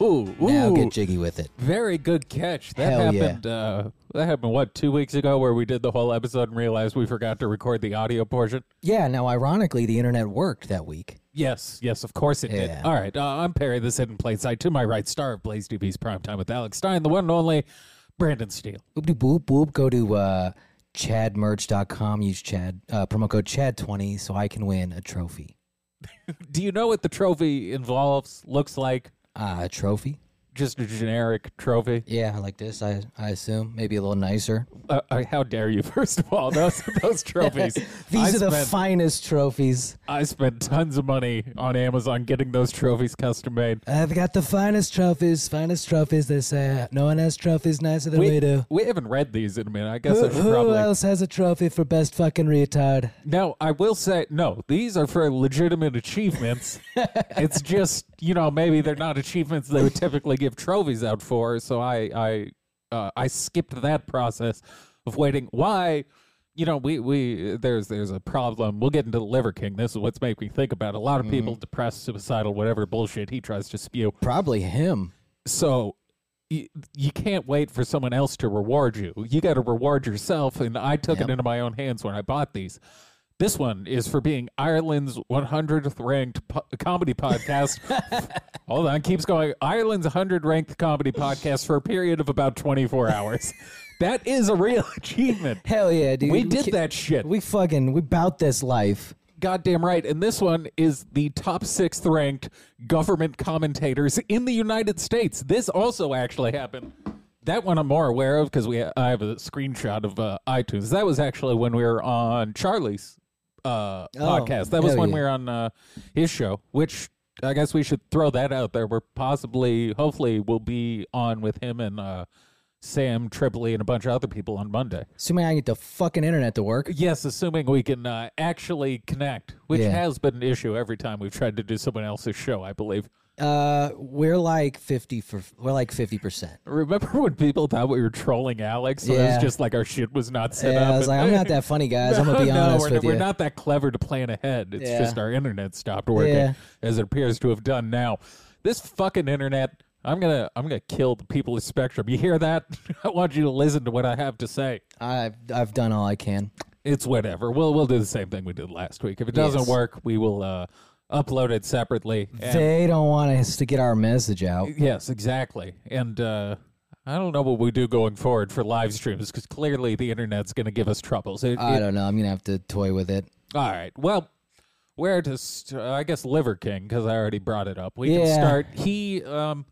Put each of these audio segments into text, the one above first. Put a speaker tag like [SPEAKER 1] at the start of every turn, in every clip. [SPEAKER 1] Ooh,
[SPEAKER 2] Now
[SPEAKER 1] ooh.
[SPEAKER 2] get jiggy with it.
[SPEAKER 1] Very good catch. That
[SPEAKER 2] Hell yeah.
[SPEAKER 1] happened. Uh, that happened what two weeks ago, where we did the whole episode and realized we forgot to record the audio portion.
[SPEAKER 2] Yeah. Now, ironically, the internet worked that week.
[SPEAKER 1] Yes, yes, of course it did.
[SPEAKER 2] Yeah.
[SPEAKER 1] All right, uh, I'm Perry, this hidden plain sight. To my right, star of Blaze TV's primetime with Alex Stein, the one and only Brandon Steele.
[SPEAKER 2] Boop de boop boop. Go to uh, chadmerch.com. Use Chad uh, promo code Chad twenty so I can win a trophy.
[SPEAKER 1] Do you know what the trophy involves? Looks like
[SPEAKER 2] Uh, a trophy?
[SPEAKER 1] just a generic trophy.
[SPEAKER 2] Yeah, like this. I I assume maybe a little nicer.
[SPEAKER 1] Uh, uh, how dare you? First of all, those those trophies. I
[SPEAKER 2] These are the
[SPEAKER 1] spent-
[SPEAKER 2] finest trophies.
[SPEAKER 1] I spent tons of money on Amazon getting those trophies custom made.
[SPEAKER 2] I've got the finest trophies, finest trophies. They say no one has trophies nicer than we, uh, do.
[SPEAKER 1] we haven't read these in a minute. I guess
[SPEAKER 2] Who,
[SPEAKER 1] I should
[SPEAKER 2] who
[SPEAKER 1] probably.
[SPEAKER 2] else has a trophy for best fucking retard?
[SPEAKER 1] No, I will say no. These are for legitimate achievements. it's just you know maybe they're not achievements they would typically give trophies out for. So I I uh, I skipped that process of waiting. Why? You know we we there's there's a problem. We'll get into the Liver King. This is what's made me think about it. a lot of people depressed, suicidal, whatever bullshit he tries to spew.
[SPEAKER 2] Probably him.
[SPEAKER 1] So. You, you can't wait for someone else to reward you. You got to reward yourself. And I took
[SPEAKER 2] Yep.
[SPEAKER 1] it into my own hands when I bought these. This one is for being Ireland's 100th ranked po- comedy podcast. Hold on, keeps going. Ireland's 100 ranked comedy podcast for a period of about 24 hours. that is a real achievement.
[SPEAKER 2] Hell yeah, dude.
[SPEAKER 1] We did
[SPEAKER 2] ki-
[SPEAKER 1] that shit.
[SPEAKER 2] We fucking we bout this life.
[SPEAKER 1] Goddamn right. And this one is the top sixth ranked government commentators in the United States. This also actually happened. That one I'm more aware of because we I have a screenshot of uh, iTunes. That was actually when we were on Charlie's uh, podcast. That was
[SPEAKER 2] Oh, hell
[SPEAKER 1] when
[SPEAKER 2] yeah.
[SPEAKER 1] we were on uh, his show, which I guess we should throw that out there. We're possibly, hopefully, we'll be on with him and uh, Sam Tripoli and a bunch of other people on Monday.
[SPEAKER 2] Assuming I can get the fucking internet to work.
[SPEAKER 1] Yes, assuming we can uh, actually connect, which
[SPEAKER 2] Yeah.
[SPEAKER 1] has been an issue every time we've tried to do someone else's show, I believe.
[SPEAKER 2] Uh, we're like fifty for we're like fifty percent.
[SPEAKER 1] Remember when people thought we were trolling Alex? So it
[SPEAKER 2] Yeah.
[SPEAKER 1] was just like our shit was not set
[SPEAKER 2] Yeah,
[SPEAKER 1] up.
[SPEAKER 2] I was
[SPEAKER 1] and-
[SPEAKER 2] like, I'm not that funny, guys. I'm gonna be
[SPEAKER 1] no,
[SPEAKER 2] honest
[SPEAKER 1] we're,
[SPEAKER 2] with
[SPEAKER 1] not- we're
[SPEAKER 2] you.
[SPEAKER 1] not that clever to plan ahead. It's
[SPEAKER 2] Yeah.
[SPEAKER 1] just our internet stopped working,
[SPEAKER 2] Yeah.
[SPEAKER 1] as it appears to have done now. This fucking internet, I'm gonna, I'm gonna kill the people of Spectrum. You hear that? I want you to listen to what I have to say.
[SPEAKER 2] I've I've done all I can.
[SPEAKER 1] it's whatever. We'll we'll do the same thing we did last week. If it doesn't
[SPEAKER 2] Yes.
[SPEAKER 1] work, we will uh, upload it separately. And-
[SPEAKER 2] They don't want us to get our message out.
[SPEAKER 1] yes, exactly. And uh, I don't know what we do going forward for live streams because clearly the internet's going to give us troubles. It-
[SPEAKER 2] I
[SPEAKER 1] it-
[SPEAKER 2] don't know. I'm gonna have to toy with it.
[SPEAKER 1] all right. Well, where to? St- uh, I guess Liver King because I already brought it up. We can
[SPEAKER 2] Yeah.
[SPEAKER 1] start. He um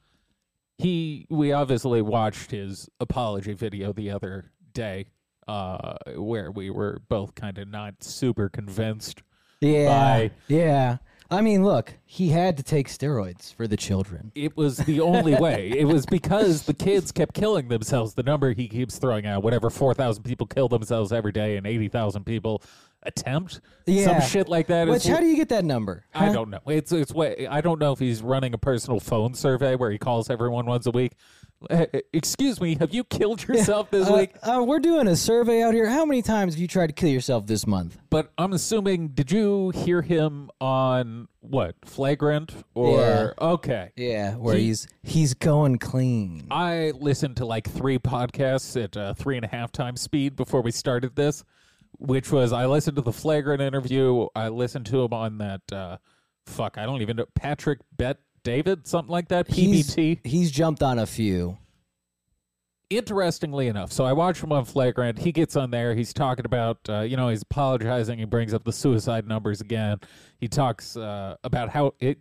[SPEAKER 1] he. We obviously watched his apology video the other day. Uh, where we were both kind of not super convinced
[SPEAKER 2] Yeah,
[SPEAKER 1] Bye.
[SPEAKER 2] yeah. I mean, look, he had to take steroids for the children.
[SPEAKER 1] it was the only way. It was because the kids kept killing themselves. The number he keeps throwing out, whatever, 4,000 people kill themselves every day and 80,000 people attempt
[SPEAKER 2] Yeah.
[SPEAKER 1] some shit like that.
[SPEAKER 2] Which,
[SPEAKER 1] It's-
[SPEAKER 2] how do you get that number?
[SPEAKER 1] I
[SPEAKER 2] Huh?
[SPEAKER 1] don't know. It's it's way I don't know if he's running a personal phone survey where he calls everyone once a week. Eh, eh, Excuse me, have you killed yourself this
[SPEAKER 2] Uh,
[SPEAKER 1] week?
[SPEAKER 2] uh, we're doing a survey out here. How many times have you tried to kill yourself this month?
[SPEAKER 1] But I'm assuming did you hear him on what? Flagrant or okay.
[SPEAKER 2] Yeah, where
[SPEAKER 1] He-
[SPEAKER 2] he's he's going clean.
[SPEAKER 1] I listened to like three podcasts at uh, three and a half times speed before we started this, which was I listened to the flagrant interview. I listened to him on that uh, fuck I don't even know Patrick Bet David something like that
[SPEAKER 2] He's-
[SPEAKER 1] PBT.
[SPEAKER 2] he's jumped on a few.
[SPEAKER 1] Interestingly enough, so I watched him on Flagrant. He gets on there. He's talking about uh, you know he's apologizing. He brings up the suicide numbers again. He talks uh, about how it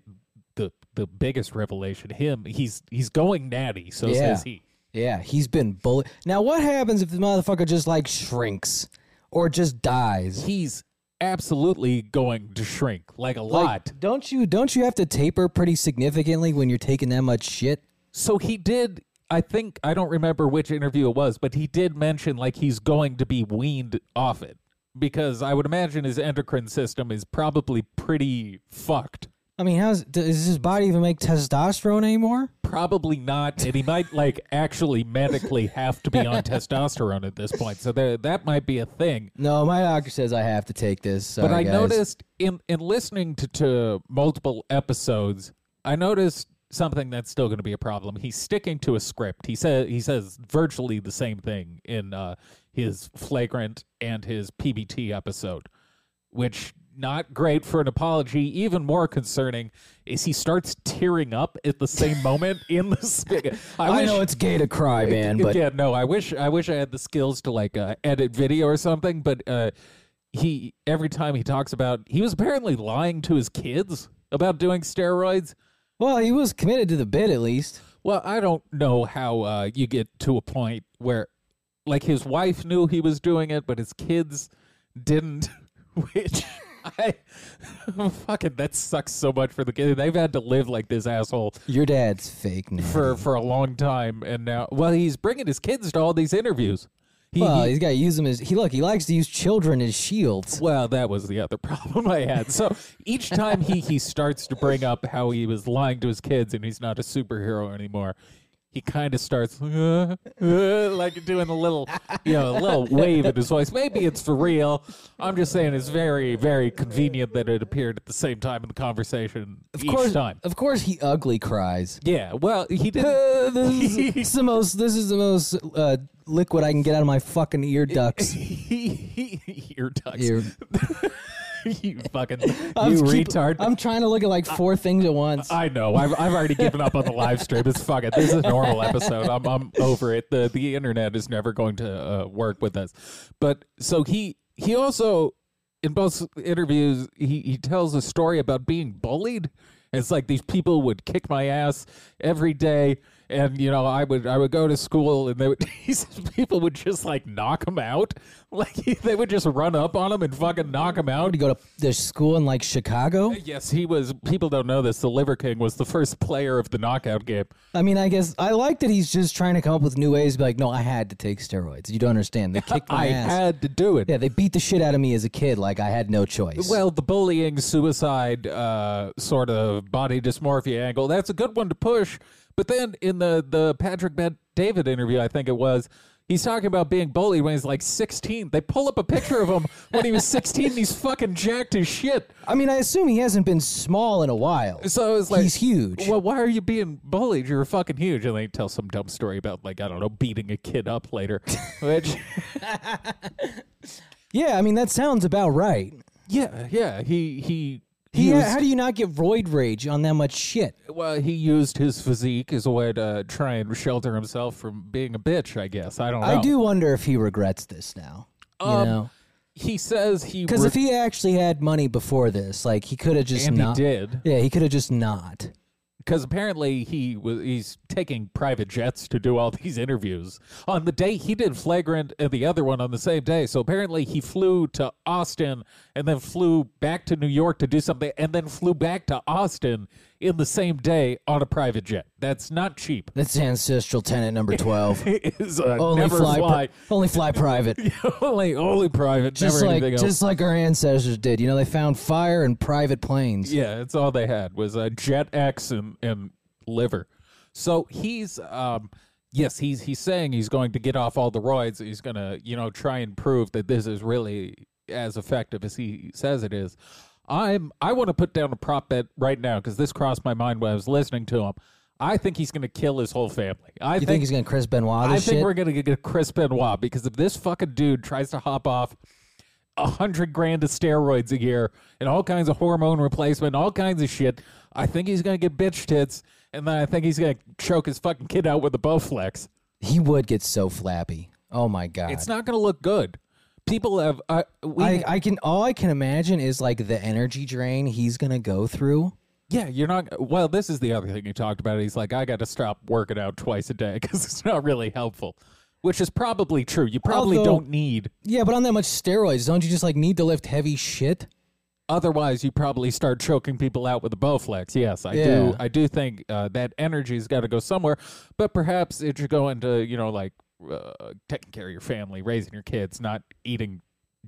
[SPEAKER 1] the the biggest revelation him he's he's going natty. So
[SPEAKER 2] Yeah.
[SPEAKER 1] says he.
[SPEAKER 2] Yeah, he's been bullied. Now, what happens if the motherfucker just like shrinks or just dies?
[SPEAKER 1] he's absolutely going to shrink like a lot.
[SPEAKER 2] Like, don't you don't you have to taper pretty significantly when you're taking that much shit?
[SPEAKER 1] so he did. I think I don't remember which interview it was, but he did mention like he's going to be weaned off it because I would imagine his endocrine system is probably pretty fucked.
[SPEAKER 2] I mean, how's does his body even make testosterone anymore?
[SPEAKER 1] Probably not, and he might like actually medically have to be on testosterone at this point. So there, that might be a thing.
[SPEAKER 2] No, my doctor says I have to take this.
[SPEAKER 1] But
[SPEAKER 2] Sorry,
[SPEAKER 1] I
[SPEAKER 2] guys.
[SPEAKER 1] noticed in in listening to, to multiple episodes, I noticed something that's still going to be a problem. He's sticking to a script. He says he says virtually the same thing in uh, his flagrant and his PBT episode, which not great for an apology. Even more concerning is he starts tearing up at the same moment in the. Sp-
[SPEAKER 2] I, know it's gay to cry, man, but
[SPEAKER 1] yeah, no, I wish I wish I had the skills to like uh, edit video or something, but uh, he every time he talks about he was apparently lying to his kids about doing steroids.
[SPEAKER 2] well, he was committed to the bit at least.
[SPEAKER 1] Well, I don't know how uh, you get to a point where, like, his wife knew he was doing it, but his kids didn't. Which I fucking that sucks so much for the kids. They've had to live like this asshole
[SPEAKER 2] Your dad's fake now.
[SPEAKER 1] for for a long time, and now well, he's bringing his kids to all these interviews. He,
[SPEAKER 2] well,
[SPEAKER 1] he-
[SPEAKER 2] he's got to use them as he look. He likes to use children as shields.
[SPEAKER 1] well, that was the other problem I had. So each time he he starts to bring up how he was lying to his kids and he's not a superhero anymore, he kind of starts uh, uh, like doing a little, you know, a little wave in his voice. Maybe it's for real. I'm just saying it's very, very convenient that it appeared at the same time in the conversation
[SPEAKER 2] Of
[SPEAKER 1] each
[SPEAKER 2] course,
[SPEAKER 1] time.
[SPEAKER 2] of course, he ugly cries.
[SPEAKER 1] Yeah. Well, he
[SPEAKER 2] Uh,
[SPEAKER 1] did.
[SPEAKER 2] this, is, this is the most. This is the most uh, liquid I can get out of my fucking ear ducts.
[SPEAKER 1] Ear ducts.
[SPEAKER 2] Ear-
[SPEAKER 1] you fucking
[SPEAKER 2] I'm
[SPEAKER 1] you
[SPEAKER 2] keep-
[SPEAKER 1] retard.
[SPEAKER 2] I'm trying to look at like four things at once.
[SPEAKER 1] I know. I've, I've already given up on the live stream. It's fuck it. This is a normal episode. I'm, I'm over it. The the internet is never going to uh, work with us. But so he he also in both interviews he, he tells a story about being bullied. It's like these people would kick my ass every day, and you know I would I would go to school, and they would these people would just like knock him out, like they would just run up on him and fucking knock him out.
[SPEAKER 2] to go to the school in like Chicago.
[SPEAKER 1] Yes, he was. People don't know this. The Liver King was the first player of the knockout game.
[SPEAKER 2] I mean, I guess I like that he's just trying to come up with new ways. To be like, no, I had to take steroids. You don't understand. They kicked my
[SPEAKER 1] I
[SPEAKER 2] ass.
[SPEAKER 1] had to do it.
[SPEAKER 2] yeah, they beat the shit out of me as a kid. Like I had no choice.
[SPEAKER 1] Well, the bullying, suicide, uh, sort of body dysmorphia angle—that's a good one to push. But then in the the Patrick Bet David interview, I think it was. He's talking about being bullied when he's like 16. They pull up a picture of him when he was 16. And he's fucking jacked as shit.
[SPEAKER 2] I mean, I assume he hasn't been small in a while.
[SPEAKER 1] So it's like
[SPEAKER 2] He's huge.
[SPEAKER 1] Well, why are you being bullied? You're fucking huge, and they tell some dumb story about like I don't know beating a kid up later, which
[SPEAKER 2] Yeah, I mean that sounds about right.
[SPEAKER 1] Yeah, yeah. He he he
[SPEAKER 2] He, uh,
[SPEAKER 1] used,
[SPEAKER 2] how do you not get roid rage on that much shit?
[SPEAKER 1] well, he used his physique as a way to try and shelter himself from being a bitch. I guess I don't. know.
[SPEAKER 2] I do wonder if he regrets this now.
[SPEAKER 1] Um,
[SPEAKER 2] you know,
[SPEAKER 1] He says he
[SPEAKER 2] because
[SPEAKER 1] re-
[SPEAKER 2] if he actually had money before this, like he could have just
[SPEAKER 1] and he
[SPEAKER 2] not.
[SPEAKER 1] did
[SPEAKER 2] Yeah, he could have just not.
[SPEAKER 1] because apparently he was he's taking private jets to do all these interviews on the day he did flagrant and the other one on the same day. So apparently he flew to Austin and then flew back to New York to do something and then flew back to Austin in the same day on a private jet. That's not cheap.
[SPEAKER 2] That's ancestral tenant number twelve.
[SPEAKER 1] Is uh,
[SPEAKER 2] only
[SPEAKER 1] never
[SPEAKER 2] fly, pri-
[SPEAKER 1] fly.
[SPEAKER 2] only fly private.
[SPEAKER 1] only only private,
[SPEAKER 2] just
[SPEAKER 1] never
[SPEAKER 2] like
[SPEAKER 1] anything else.
[SPEAKER 2] just like our ancestors did. You know, they found fire and private planes.
[SPEAKER 1] yeah, it's all they had was a jet X and, and liver. So he's um yes, he's he's saying he's going to get off all the roids. He's gonna, you know, try and prove that this is really as effective as he says it is. I'm I want to put down a prop bet right now because this crossed my mind when I was listening to him. I think he's gonna kill his whole family. I
[SPEAKER 2] You think, he's gonna Chris Benoit
[SPEAKER 1] I
[SPEAKER 2] this
[SPEAKER 1] think
[SPEAKER 2] shit?
[SPEAKER 1] we're gonna get a Chris Benoit because if this fucking dude tries to hop off a hundred grand of steroids a year and all kinds of hormone replacement, all kinds of shit, I think he's gonna get bitch tits, and then I think he's gonna choke his fucking kid out with a Bowflex.
[SPEAKER 2] He would get so flappy. Oh my god.
[SPEAKER 1] It's not gonna look good. People have I we,
[SPEAKER 2] I, I can all I can imagine is like the energy drain he's gonna go through.
[SPEAKER 1] yeah, you're not. Well, this is the other thing you talked about. He's like, I got to stop working out twice a day because it's not really helpful, which is probably true. You probably
[SPEAKER 2] Although-
[SPEAKER 1] don't need.
[SPEAKER 2] Yeah, but on that much steroids, don't you just like need to lift heavy shit?
[SPEAKER 1] Otherwise, you probably start choking people out with a Bowflex. Yes, I
[SPEAKER 2] Yeah.
[SPEAKER 1] do. I do think uh, that energy's got to go somewhere, but perhaps it should go into you know like uh, taking care of your family, raising your kids, not eating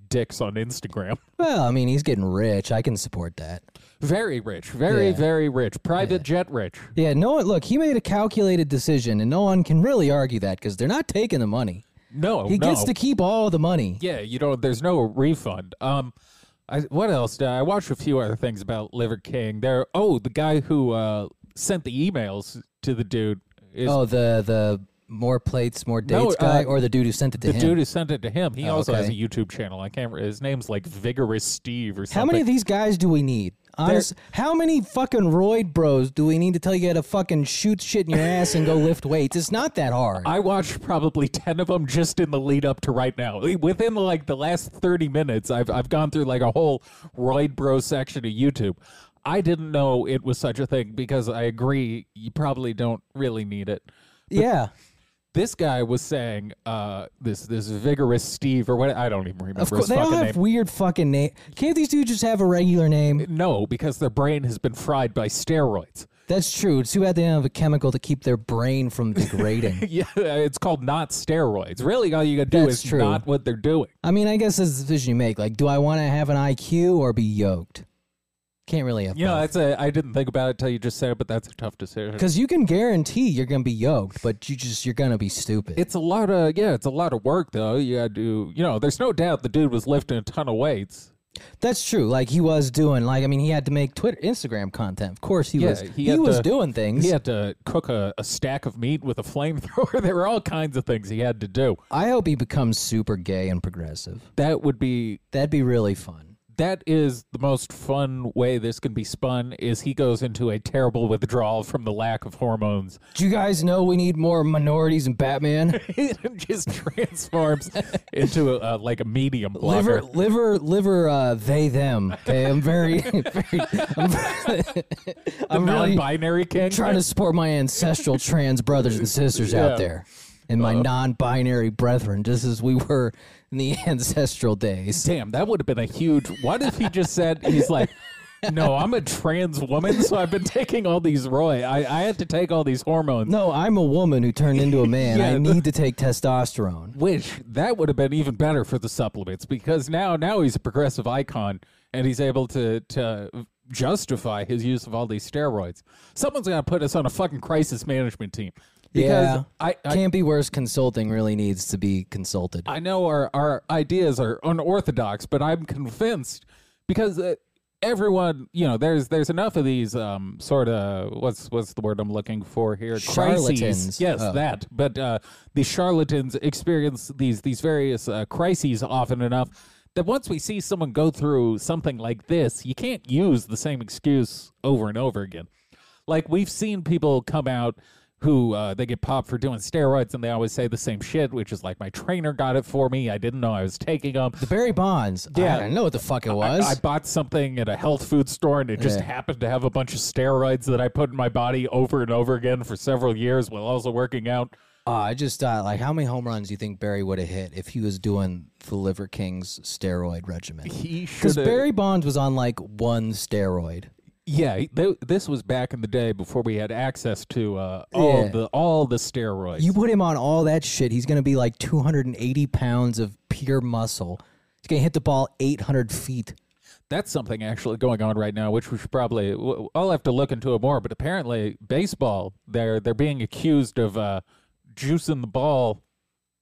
[SPEAKER 1] dicks on Instagram.
[SPEAKER 2] Well, I mean, he's getting rich. I can support that.
[SPEAKER 1] Very rich, very
[SPEAKER 2] Yeah.
[SPEAKER 1] very rich, private jet rich.
[SPEAKER 2] Yeah, no one. Look, he made a calculated decision, and no one can really argue that because they're not taking the money.
[SPEAKER 1] No,
[SPEAKER 2] He
[SPEAKER 1] no.
[SPEAKER 2] gets to keep all the money.
[SPEAKER 1] yeah, you know, there's no refund. Um, I, what else? Did I I watched a few other things about Liver King. There, oh, the guy who uh, sent the emails to the dude. Is
[SPEAKER 2] Oh, the the more plates, more dates
[SPEAKER 1] No, uh,
[SPEAKER 2] guy, or the dude who sent it to
[SPEAKER 1] the
[SPEAKER 2] him.
[SPEAKER 1] dude who sent it to him. He
[SPEAKER 2] Oh,
[SPEAKER 1] also has a
[SPEAKER 2] okay.
[SPEAKER 1] YouTube channel. I can't. re- His name's like Vigorous Steve or something.
[SPEAKER 2] How many of these guys do we need? Honest, how many fucking roid bros do we need to tell you how to fucking shoot shit in your ass and go lift weights? It's not that hard.
[SPEAKER 1] I watched probably 10 of them just in the lead up to right now. Within like the last 30 minutes, I've, I've gone through like a whole Roid Bro section of YouTube. I didn't know it was such a thing because I agree, you probably don't really need it.
[SPEAKER 2] yeah,
[SPEAKER 1] This guy was saying, uh, this this vigorous Steve or what? I don't even remember
[SPEAKER 2] of course
[SPEAKER 1] his
[SPEAKER 2] they all
[SPEAKER 1] fucking
[SPEAKER 2] have
[SPEAKER 1] name.
[SPEAKER 2] weird fucking name. Can't these dudes just have a regular name?
[SPEAKER 1] no, because their brain has been fried by steroids.
[SPEAKER 2] That's true. It's too bad they don't have a chemical to keep their brain from degrading.
[SPEAKER 1] Yeah, it's called not steroids. Really, all you gotta do is
[SPEAKER 2] That's true.
[SPEAKER 1] not what they're doing.
[SPEAKER 2] I mean, I guess that's the decision you make. Like, do I want to have an IQ or be yoked? Can't really have.
[SPEAKER 1] You know, that's a. I didn't think about it till you just said it, but that's a tough decision.
[SPEAKER 2] Because you can guarantee you're gonna be yoked, but you just you're gonna be stupid.
[SPEAKER 1] It's a lot of yeah, it's a lot of work though. You gotta do you know, there's no doubt the dude was lifting a ton of weights.
[SPEAKER 2] That's true. Like he was doing, like I mean, he had to make Twitter, Instagram content. Of course, he
[SPEAKER 1] Yeah,
[SPEAKER 2] was.
[SPEAKER 1] he
[SPEAKER 2] He,
[SPEAKER 1] had
[SPEAKER 2] was
[SPEAKER 1] to-
[SPEAKER 2] doing things.
[SPEAKER 1] He had to cook a, a stack of meat with a flamethrower. there were all kinds of things he had to do.
[SPEAKER 2] I hope he becomes super gay and progressive.
[SPEAKER 1] That would be
[SPEAKER 2] That'd be really fun.
[SPEAKER 1] that is the most fun way this can be spun is he goes into a terrible withdrawal from the lack of hormones
[SPEAKER 2] Do you guys know we need more minorities in Batman?
[SPEAKER 1] and just transforms into a, uh, like a medium blocker.
[SPEAKER 2] liver, liver, liver. Uh, they, them. Okay, I'm very, very I'm, I'm really
[SPEAKER 1] non-binary king.
[SPEAKER 2] trying to support my ancestral trans brothers and sisters
[SPEAKER 1] Yeah. Uh-huh.
[SPEAKER 2] out there, and my non-binary brethren, just as we were in the ancestral days.
[SPEAKER 1] Damn, that would have been a huge. What if he just said he's like, no, I'm a trans woman, so I've been taking all these Roy. I, I had to take all these hormones.
[SPEAKER 2] No, I'm a woman who turned into a man.
[SPEAKER 1] Yeah,
[SPEAKER 2] I
[SPEAKER 1] the-
[SPEAKER 2] need to take testosterone.
[SPEAKER 1] Which that would have been even better for the supplements because now now he's a progressive icon and he's able to to justify his use of all these steroids. Someone's gonna put us on a fucking crisis management team because
[SPEAKER 2] Yeah.
[SPEAKER 1] I, I
[SPEAKER 2] Can't be worse. Consulting really needs to be consulted.
[SPEAKER 1] I know our, our ideas are unorthodox, but I'm convinced because uh, everyone, you know, there's there's enough of these um, sort of what's what's the word I'm looking for here? Crises.
[SPEAKER 2] Charlatans.
[SPEAKER 1] Yes,
[SPEAKER 2] Oh.
[SPEAKER 1] that. But uh, the charlatans experience these these various uh, crises often enough that once we see someone go through something like this, you can't use the same excuse over and over again. Like we've seen people come out who uh, they get popped for doing steroids, and they always say the same shit, which is like my trainer got it for me. I didn't know I was taking them.
[SPEAKER 2] The Barry Bonds.
[SPEAKER 1] Yeah.
[SPEAKER 2] I don't know what the fuck it
[SPEAKER 1] I,
[SPEAKER 2] was.
[SPEAKER 1] I bought something at a health food store, and it just
[SPEAKER 2] Yeah.
[SPEAKER 1] happened to have a bunch of steroids that I put in my body over and over again for several years while also working out.
[SPEAKER 2] Uh, I just thought, like, how many home runs do you think Barry would have hit if he was doing the Liver King's steroid regimen?
[SPEAKER 1] He should
[SPEAKER 2] Because Barry Bonds was on like one steroid.
[SPEAKER 1] Yeah, he- th- this was back in the day before we had access to uh, all
[SPEAKER 2] Yeah.
[SPEAKER 1] the all the steroids.
[SPEAKER 2] You put him on all that shit, he's gonna be like 280 pounds of pure muscle. He's gonna hit the ball 800 feet.
[SPEAKER 1] That's something actually going on right now, which we should probably. w- I'll have to look into it more. But apparently, baseball they're they're being accused of uh, juicing the ball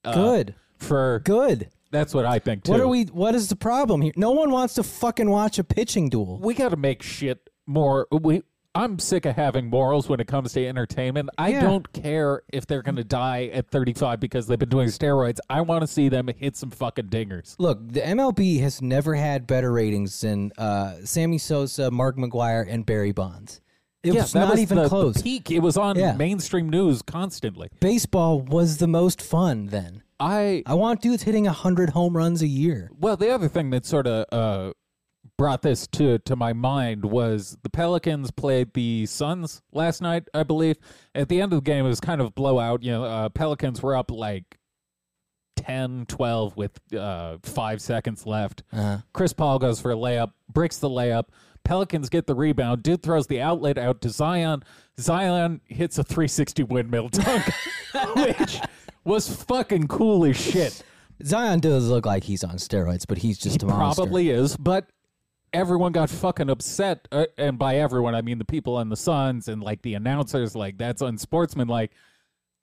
[SPEAKER 1] Uh,
[SPEAKER 2] Good,
[SPEAKER 1] for.
[SPEAKER 2] good.
[SPEAKER 1] That's what I think too.
[SPEAKER 2] What are we? What is the problem here? No one wants to fucking watch a pitching duel.
[SPEAKER 1] We got to make shit more. We. I'm sick of having morals when it comes to entertainment. I
[SPEAKER 2] Yeah.
[SPEAKER 1] don't care if they're going to die at 35 because they've been doing steroids. I want to see them hit some fucking dingers.
[SPEAKER 2] Look, the MLB has never had better ratings than uh, Sammy Sosa, Mark McGuire, and Barry Bonds. It was
[SPEAKER 1] that
[SPEAKER 2] not even
[SPEAKER 1] the- the
[SPEAKER 2] close.
[SPEAKER 1] peak. It was on
[SPEAKER 2] Yeah.
[SPEAKER 1] mainstream news constantly.
[SPEAKER 2] Baseball was the most fun then.
[SPEAKER 1] I
[SPEAKER 2] I want dudes hitting 100 home runs a year.
[SPEAKER 1] Well, the other thing that sort of uh, brought this to to my mind was the Pelicans played the Suns last night, I believe. At the end of the game, it was kind of a blowout. You know, uh, Pelicans were up like 10, 12 with uh, five seconds left.
[SPEAKER 2] Uh-huh.
[SPEAKER 1] Chris Paul goes for a layup, breaks the layup. Pelicans get the rebound. Dude throws the outlet out to Zion. Zion hits a 360 windmill dunk, which was fucking cool as shit
[SPEAKER 2] Zion does look like he's on steroids, but he's just a monster.
[SPEAKER 1] probably is, but everyone got fucking upset, uh, and by everyone I mean the people on the Suns and like the announcers, like that's unsportsmanlike.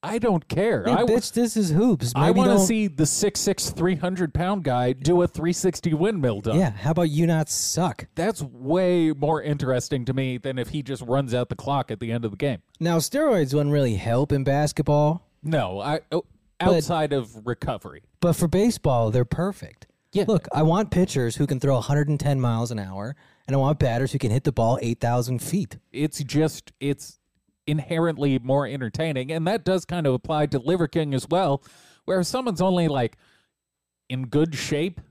[SPEAKER 1] I don't care.
[SPEAKER 2] Yeah,
[SPEAKER 1] I w-
[SPEAKER 2] bitch, this is hoops. Maybe
[SPEAKER 1] I want to
[SPEAKER 2] don't-
[SPEAKER 1] see the 6'6", 300 pound guy do a 360 windmill dunk.
[SPEAKER 2] Yeah, how about you not suck?
[SPEAKER 1] That's way more interesting to me than if he just runs out the clock at the end of the game.
[SPEAKER 2] Now, steroids wouldn't really help in basketball,
[SPEAKER 1] No, I oh, outside of recovery.
[SPEAKER 2] but for baseball, they're perfect.
[SPEAKER 1] Yeah.
[SPEAKER 2] Look, I want pitchers who can throw 110 miles an hour, and I want batters who can hit the ball 8,000 feet.
[SPEAKER 1] It's just it's inherently more entertaining and that does kind of apply to Liver King as well, where if someone's only like in good shape,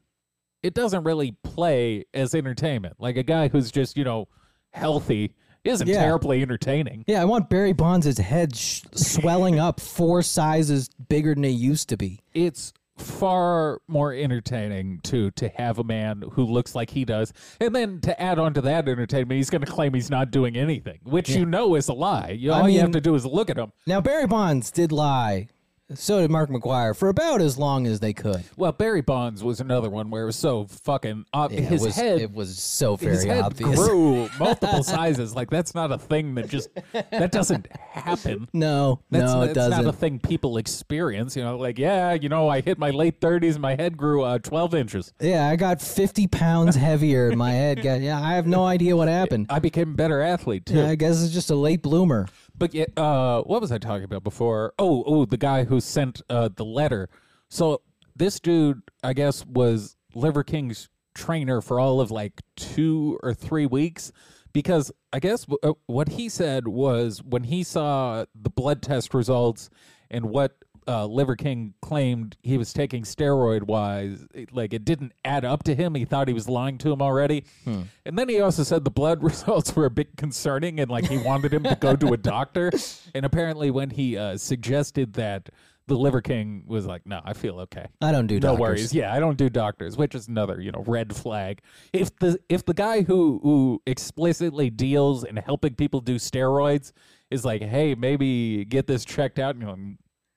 [SPEAKER 1] it doesn't really play as entertainment. Like a guy who's just, you know, healthy isn't
[SPEAKER 2] Yeah.
[SPEAKER 1] terribly entertaining.
[SPEAKER 2] Yeah, I want Barry Bonds' head sh- swelling up four sizes bigger than it used to be.
[SPEAKER 1] it's far more entertaining to to have a man who looks like he does and then to add on to that entertainment he's going to claim he's not doing anything which you know is a lie you, all you have
[SPEAKER 2] mean-
[SPEAKER 1] to do is look at him
[SPEAKER 2] Now, Barry Bonds did lie. So did Mark McGuire for about as long as they could.
[SPEAKER 1] well barry bonds was another one where it was so fucking ob-
[SPEAKER 2] Yeah,
[SPEAKER 1] his
[SPEAKER 2] it was,
[SPEAKER 1] head
[SPEAKER 2] it was so very
[SPEAKER 1] his head
[SPEAKER 2] obvious.
[SPEAKER 1] grew multiple sizes like that's not a thing that just that doesn't happen
[SPEAKER 2] No,
[SPEAKER 1] That's,
[SPEAKER 2] no,
[SPEAKER 1] not-
[SPEAKER 2] it
[SPEAKER 1] that's
[SPEAKER 2] doesn't.
[SPEAKER 1] not a thing people experience. You know, like, yeah, you know, I hit my late 30s and my head grew uh, 12 inches.
[SPEAKER 2] Yeah, I got 50 pounds heavier in my head. Got, yeah, I have no idea what happened.
[SPEAKER 1] I became a better athlete, too.
[SPEAKER 2] Yeah, I guess it's just a late bloomer.
[SPEAKER 1] But yeah, uh, what was I talking about before? Oh, oh, the guy who sent uh, the letter. So this dude, I guess, was Liver King's trainer for all of like two or three weeks because I guess w- uh, what he said was when he saw the blood test results and what uh, Liver King claimed he was taking steroid wise, like it didn't add up to him. He thought he was lying to him already. And then he also said the blood results were a bit concerning and like he wanted him to go to a doctor. And apparently, when he uh, suggested that, the Liver King was like, no, I feel okay.
[SPEAKER 2] I don't do
[SPEAKER 1] No
[SPEAKER 2] doctors.
[SPEAKER 1] worries. Yeah, I don't do doctors, which is another, you know, red flag. If the if the guy who who explicitly deals in helping people do steroids is like, hey, maybe get this checked out, and you're like,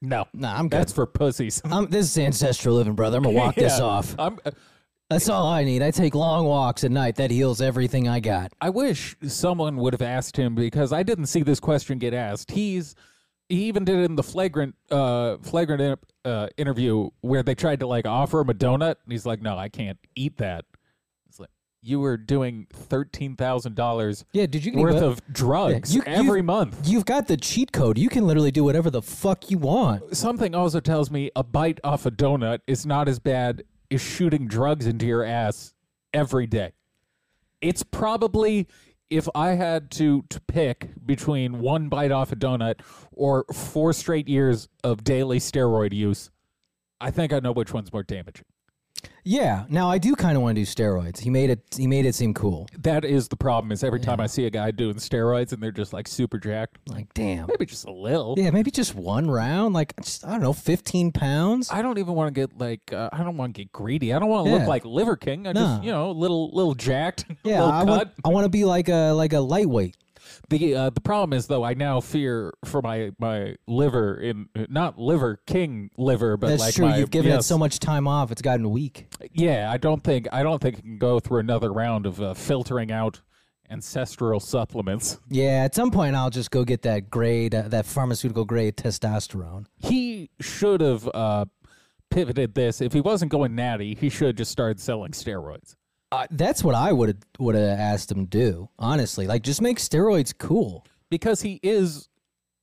[SPEAKER 1] no,
[SPEAKER 2] Nah, I'm good.
[SPEAKER 1] that's for pussies.
[SPEAKER 2] I'm, this is ancestral living, brother. I'm going to walk this
[SPEAKER 1] Yeah,
[SPEAKER 2] off.
[SPEAKER 1] I'm, uh,
[SPEAKER 2] That's all I need. I take long walks at night. That heals everything I got.
[SPEAKER 1] I wish someone would have asked him because I didn't see this question get asked. He's he even did it in the flagrant uh flagrant in, uh interview where they tried to like offer him a donut and he's like, "No, I can't eat that." It's like you were doing thirteen thousand dollars
[SPEAKER 2] Yeah, did you get
[SPEAKER 1] worth of drugs
[SPEAKER 2] You-
[SPEAKER 1] every
[SPEAKER 2] you've-
[SPEAKER 1] month.
[SPEAKER 2] You've got the cheat code. You can literally do whatever the fuck you want.
[SPEAKER 1] Something also tells me a bite off a donut is not as bad as shooting drugs into your ass every day. It's probably if I had to, to pick between one bite off a donut or four straight years of daily steroid use, I think I know which one's more damaging.
[SPEAKER 2] Yeah. Now I do kind of want to do steroids. He made it. He made it seem cool.
[SPEAKER 1] That is the problem. Is every time I see a guy doing steroids and they're just like super jacked,
[SPEAKER 2] Like, damn.
[SPEAKER 1] maybe just a little.
[SPEAKER 2] Yeah, maybe just one round. Like, just, I don't know, 15 pounds.
[SPEAKER 1] I don't even want to get like uh, I don't want to get greedy. I don't want to
[SPEAKER 2] Yeah.
[SPEAKER 1] look like Liver King. I
[SPEAKER 2] No.
[SPEAKER 1] just you know little little jacked.
[SPEAKER 2] Yeah,
[SPEAKER 1] little
[SPEAKER 2] I
[SPEAKER 1] cut.
[SPEAKER 2] want. I want to be like a like a lightweight.
[SPEAKER 1] the uh, the problem is though I now fear for my my liver in not Liver King liver, but
[SPEAKER 2] That's
[SPEAKER 1] like
[SPEAKER 2] true.
[SPEAKER 1] my-
[SPEAKER 2] You've given it
[SPEAKER 1] yes.
[SPEAKER 2] so much time off; it's gotten weak.
[SPEAKER 1] Yeah, I don't think I don't think it can go through another round of uh, filtering out ancestral supplements.
[SPEAKER 2] Yeah, at some point I'll just go get that grade, uh, that pharmaceutical grade testosterone.
[SPEAKER 1] He should have uh, pivoted this. If he wasn't going natty, he should have just started selling steroids.
[SPEAKER 2] Uh, that's what I would would have asked him to do. Honestly, like just make steroids cool.
[SPEAKER 1] because he is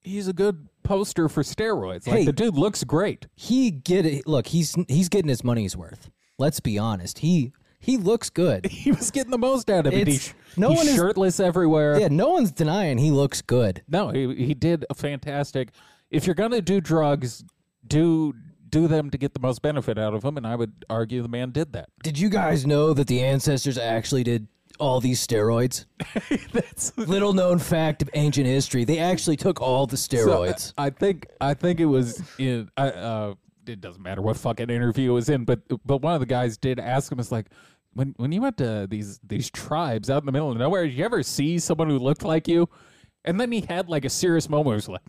[SPEAKER 1] he's a good poster for steroids. Like
[SPEAKER 2] Hey.
[SPEAKER 1] the dude looks great.
[SPEAKER 2] He get it. Look, he's he's getting his money's worth. Let's be honest. He he looks good.
[SPEAKER 1] He was getting the most out of it. He
[SPEAKER 2] It's-
[SPEAKER 1] sh-
[SPEAKER 2] no
[SPEAKER 1] he's
[SPEAKER 2] one is-
[SPEAKER 1] shirtless everywhere.
[SPEAKER 2] Yeah, no one's denying he looks good.
[SPEAKER 1] No, he he did a fantastic. If you're gonna do drugs, do do them to get the most benefit out of them, and I would argue the man did that.
[SPEAKER 2] Did you guys know that the ancestors actually did all these steroids?
[SPEAKER 1] That's
[SPEAKER 2] Little known fact of ancient history: they actually took all the steroids.
[SPEAKER 1] I think I think it was in. I, uh, it doesn't matter what fucking interview it was in, but but one of the guys did ask him. It's like when when you went to these these tribes out in the middle of nowhere, did you ever see someone who looked like you? And then he had like a serious moment. Where he was like,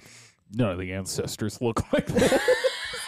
[SPEAKER 1] none of the ancestors look like that.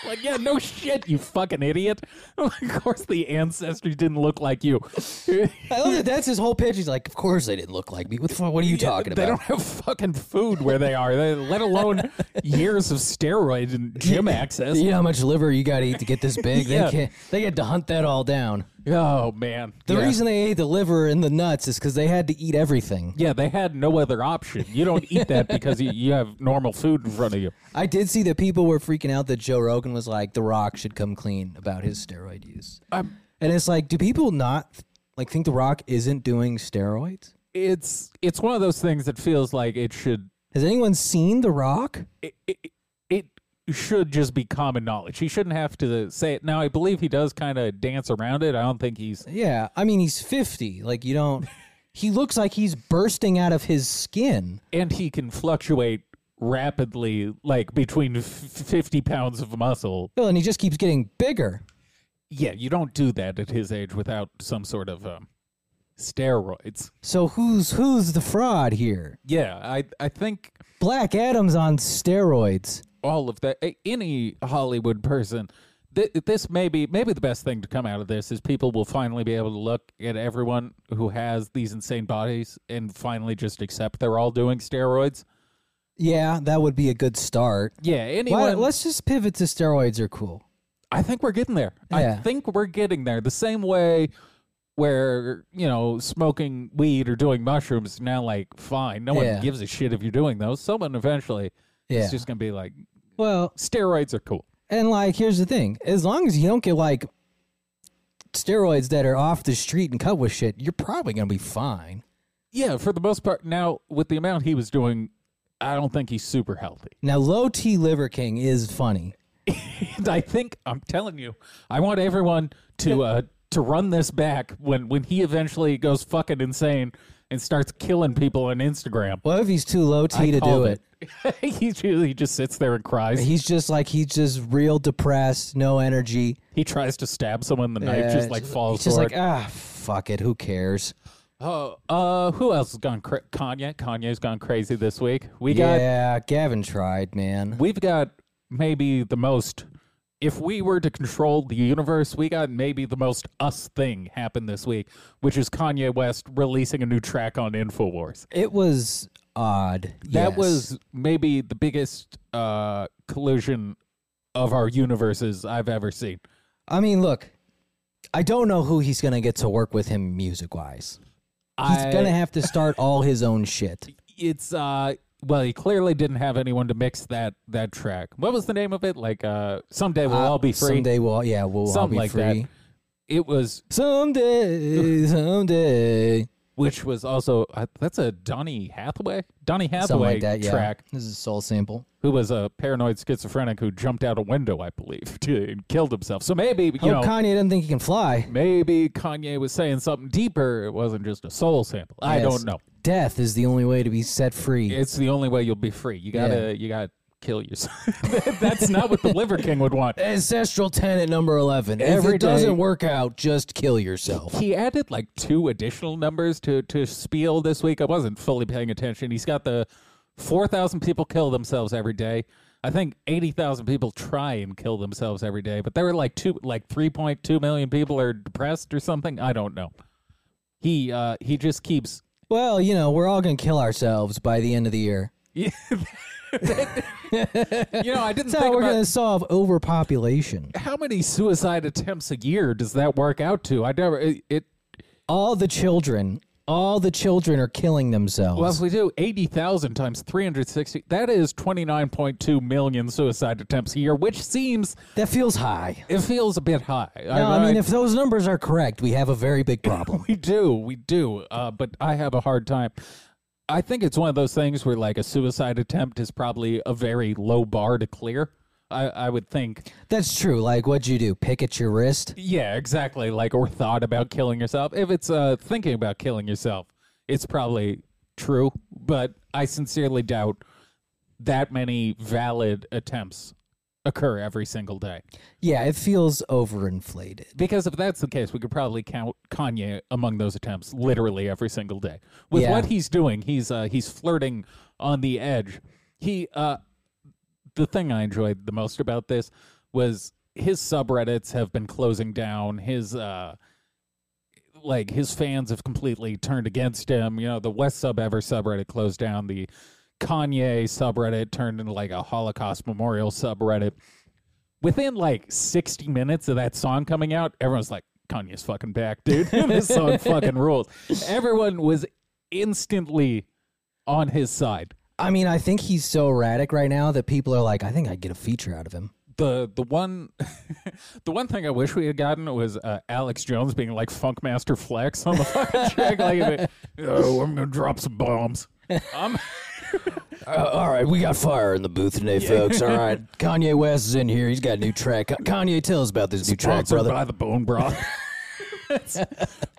[SPEAKER 1] like, yeah, no shit, you fucking idiot. of course, the ancestry didn't look like you.
[SPEAKER 2] I love that that's his whole pitch. He's like, of course they didn't look like me. What the fuck? What are you talking
[SPEAKER 1] They
[SPEAKER 2] about?
[SPEAKER 1] don't have fucking food where they are, they, let alone years of steroid and gym access.
[SPEAKER 2] You know how much liver you got to eat to get this big?
[SPEAKER 1] Yeah.
[SPEAKER 2] They can't, they had to hunt that all down.
[SPEAKER 1] Oh, man.
[SPEAKER 2] The
[SPEAKER 1] yeah.
[SPEAKER 2] reason they ate the liver and the nuts is because they had to eat everything.
[SPEAKER 1] Yeah, they had no other option. You don't eat that because you, you have normal food in front of you.
[SPEAKER 2] I did see that people were freaking out that Joe Rogan was like, The Rock should come clean about his steroid use.
[SPEAKER 1] Um,
[SPEAKER 2] and it's like, do people not like think The Rock isn't doing steroids?
[SPEAKER 1] It's it's one of those things that feels like it should
[SPEAKER 2] Has anyone seen The Rock?
[SPEAKER 1] it, it, it should just be common knowledge. He shouldn't have to say it. Now, I believe he does kind of dance around it. I don't think he's.
[SPEAKER 2] Yeah, I mean he's fifty. Like you don't. he looks like he's bursting out of his skin.
[SPEAKER 1] And he can fluctuate rapidly, like between f- 50 pounds of muscle.
[SPEAKER 2] Well, and he just keeps getting bigger.
[SPEAKER 1] Yeah, you don't do that at his age without some sort of um, steroids.
[SPEAKER 2] So who's who's the fraud here?
[SPEAKER 1] Yeah, I, I think
[SPEAKER 2] Black Adam's on steroids.
[SPEAKER 1] all of that a- any hollywood person th- this may be maybe the best thing to come out of this is people will finally be able to look at everyone who has these insane bodies and finally just accept they're all doing steroids
[SPEAKER 2] Yeah, that would be a good start.
[SPEAKER 1] yeah
[SPEAKER 2] Why-
[SPEAKER 1] anyone
[SPEAKER 2] let's just pivot to steroids are cool.
[SPEAKER 1] i think we're getting there i
[SPEAKER 2] Yeah.
[SPEAKER 1] think we're getting there the same way where you know smoking weed or doing mushrooms is now like fine no
[SPEAKER 2] Yeah.
[SPEAKER 1] one gives a shit if you're doing those someone eventually
[SPEAKER 2] Yeah.
[SPEAKER 1] is just gonna be like
[SPEAKER 2] well,
[SPEAKER 1] steroids are cool
[SPEAKER 2] and like here's the thing: as long as you don't get like steroids that are off the street and cut with shit, you're probably gonna be fine.
[SPEAKER 1] Yeah, for the most part. Now, with the amount he was doing, I don't think he's super healthy.
[SPEAKER 2] Now, low T liver king is funny.
[SPEAKER 1] And I think I'm telling you, I want everyone to uh, to run this back when when he eventually goes fucking insane and starts killing people on Instagram.
[SPEAKER 2] What if he's too low T to do
[SPEAKER 1] Called
[SPEAKER 2] it?
[SPEAKER 1] he ju- he just sits there and cries.
[SPEAKER 2] He's just like he's just real depressed, no energy.
[SPEAKER 1] He tries to stab someone. The knife
[SPEAKER 2] Yeah,
[SPEAKER 1] just like
[SPEAKER 2] it's-
[SPEAKER 1] falls
[SPEAKER 2] He's just
[SPEAKER 1] forward.
[SPEAKER 2] like ah, fuck it, who cares?
[SPEAKER 1] oh, uh, who else has gone? Cra- Kanye. Kanye's gone crazy this week. We got
[SPEAKER 2] Yeah, Gavin tried, man.
[SPEAKER 1] we've got maybe the most if we were to control the universe, we got maybe the most us thing happen this week, which is Kanye West releasing a new track on InfoWars.
[SPEAKER 2] It was odd.
[SPEAKER 1] That
[SPEAKER 2] yes.
[SPEAKER 1] was maybe the biggest uh, collision of our universes I've ever seen.
[SPEAKER 2] I mean, look, I don't know who he's gonna get to work with him music wise. He's
[SPEAKER 1] I-
[SPEAKER 2] gonna have to start all his own shit.
[SPEAKER 1] It's uh well, he clearly didn't have anyone to mix that that track. What was the name of it? Like uh someday we'll all be free.
[SPEAKER 2] Someday we'll yeah we'll all
[SPEAKER 1] Something
[SPEAKER 2] be
[SPEAKER 1] like
[SPEAKER 2] free.
[SPEAKER 1] that. It was
[SPEAKER 2] Someday, someday,
[SPEAKER 1] which was also uh, that's a Donny Hathaway, Donny
[SPEAKER 2] something
[SPEAKER 1] Hathaway
[SPEAKER 2] like that. Yeah,
[SPEAKER 1] track,
[SPEAKER 2] this is a soul sample.
[SPEAKER 1] who was a paranoid schizophrenic who jumped out a window, I believe, to, and killed himself. So maybe you
[SPEAKER 2] Oh,
[SPEAKER 1] know,
[SPEAKER 2] Kanye doesn't think he can fly.
[SPEAKER 1] maybe Kanye was saying something deeper. It wasn't just a soul sample. I
[SPEAKER 2] Yes.
[SPEAKER 1] don't know.
[SPEAKER 2] Death is the only way to be set free.
[SPEAKER 1] It's the only way you'll be free. You gotta, you gotta kill yourself. that's not what the Liver King would want.
[SPEAKER 2] Ancestral tenant number 11. if
[SPEAKER 1] Every
[SPEAKER 2] it doesn't
[SPEAKER 1] day-
[SPEAKER 2] work out, just kill yourself.
[SPEAKER 1] He added like two additional numbers to to spiel this week. I wasn't fully paying attention. He's got the four thousand people kill themselves every day. I think eighty thousand people try and kill themselves every day, but there were like two, like three point two million people are depressed or something. I don't know. He uh he just keeps.
[SPEAKER 2] Well, you know, we're all going to kill ourselves by the end of the year.
[SPEAKER 1] you know, I didn't
[SPEAKER 2] That's how
[SPEAKER 1] think
[SPEAKER 2] we're
[SPEAKER 1] about
[SPEAKER 2] going to solve overpopulation.
[SPEAKER 1] how many suicide attempts a year does that work out to. I never it. it
[SPEAKER 2] All the children, all the children are killing themselves.
[SPEAKER 1] Well, if we do 80,000 times 360, that is 29.2 million suicide attempts a year, which seems,
[SPEAKER 2] that feels high.
[SPEAKER 1] it feels a bit high. No,
[SPEAKER 2] No, I mean, if those numbers are correct, we have a very big problem.
[SPEAKER 1] we do, we do, uh, but I have a hard time. I think it's one of those things where, like, a suicide attempt is probably a very low bar to clear. I, I would think,
[SPEAKER 2] That's true. Like, what'd you do? Pick at your wrist?
[SPEAKER 1] yeah, exactly. Like, or thought about killing yourself. If it's uh, thinking about killing yourself, it's probably true. But I sincerely doubt that many valid attempts occur every single day.
[SPEAKER 2] Yeah, it feels overinflated.
[SPEAKER 1] Because if that's the case, we could probably count Kanye among those attempts literally every single day. With
[SPEAKER 2] Yeah.
[SPEAKER 1] what he's doing, he's uh, he's flirting on the edge. He uh, the thing I enjoyed the most about this was his subreddits have been closing down. His uh like his fans have completely turned against him. You know, the West Sub Ever subreddit closed down. The Kanye subreddit turned into like a Holocaust memorial subreddit. Within like 60 minutes of that song coming out, everyone's like, Kanye's fucking back, dude. this song fucking rules. Everyone was instantly on his side.
[SPEAKER 2] I mean, I think he's so erratic right now that people are like, I think I'd get a feature out of him.
[SPEAKER 1] the the one the one thing I wish we had gotten was uh, Alex Jones being like Funkmaster Flex on the fucking track, like oh, I'm gonna drop some bombs. I'm
[SPEAKER 2] Uh, all right, we got fire in the booth today, folks. All right, Kanye West is in here. He's got a new track. Kanye, tell us about this new track,
[SPEAKER 1] sponsored
[SPEAKER 2] brother.
[SPEAKER 1] by the Bone Broth.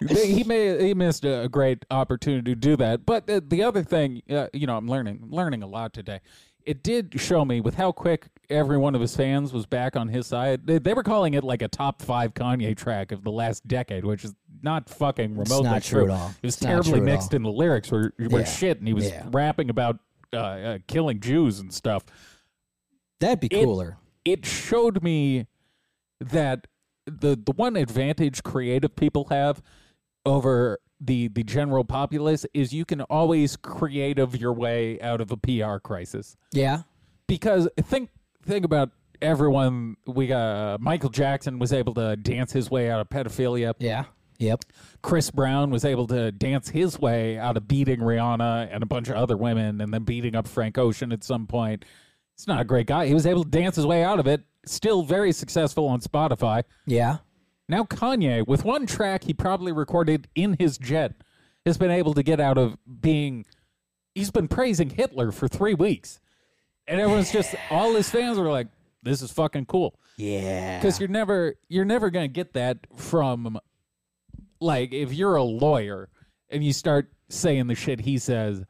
[SPEAKER 1] They- he may he missed a great opportunity to do that. But the, the other thing, uh, you know, I'm learning learning a lot today. It did show me with how quick every one of his fans was back on his side. They, they were calling it like a top five Kanye track of the last decade, which is not fucking remotely
[SPEAKER 2] not true at all.
[SPEAKER 1] It was
[SPEAKER 2] It's not
[SPEAKER 1] terribly
[SPEAKER 2] true at
[SPEAKER 1] mixed in the lyrics were were
[SPEAKER 2] Yeah.
[SPEAKER 1] shit, and he was
[SPEAKER 2] Yeah.
[SPEAKER 1] rapping about uh, uh, killing Jews and stuff
[SPEAKER 2] That'd be
[SPEAKER 1] It-
[SPEAKER 2] cooler.
[SPEAKER 1] it showed me that the the one advantage creative people have over the the general populace is you can always creative your way out of a PR crisis
[SPEAKER 2] yeah.
[SPEAKER 1] because think think about everyone we got uh, Michael Jackson was able to dance his way out of pedophilia
[SPEAKER 2] Yeah. Yep.
[SPEAKER 1] Chris Brown was able to dance his way out of beating Rihanna and a bunch of other women and then beating up Frank Ocean at some point. He's not a great guy. He was able to dance his way out of it. Still very successful on Spotify.
[SPEAKER 2] Yeah.
[SPEAKER 1] Now Kanye, with one track he probably recorded in his jet, has been able to get out of being he's been praising Hitler for three weeks. And everyone's just all his fans were like, This is fucking cool
[SPEAKER 2] Yeah.
[SPEAKER 1] because you're never you're never gonna get that from like if you're a lawyer and you start saying the shit he says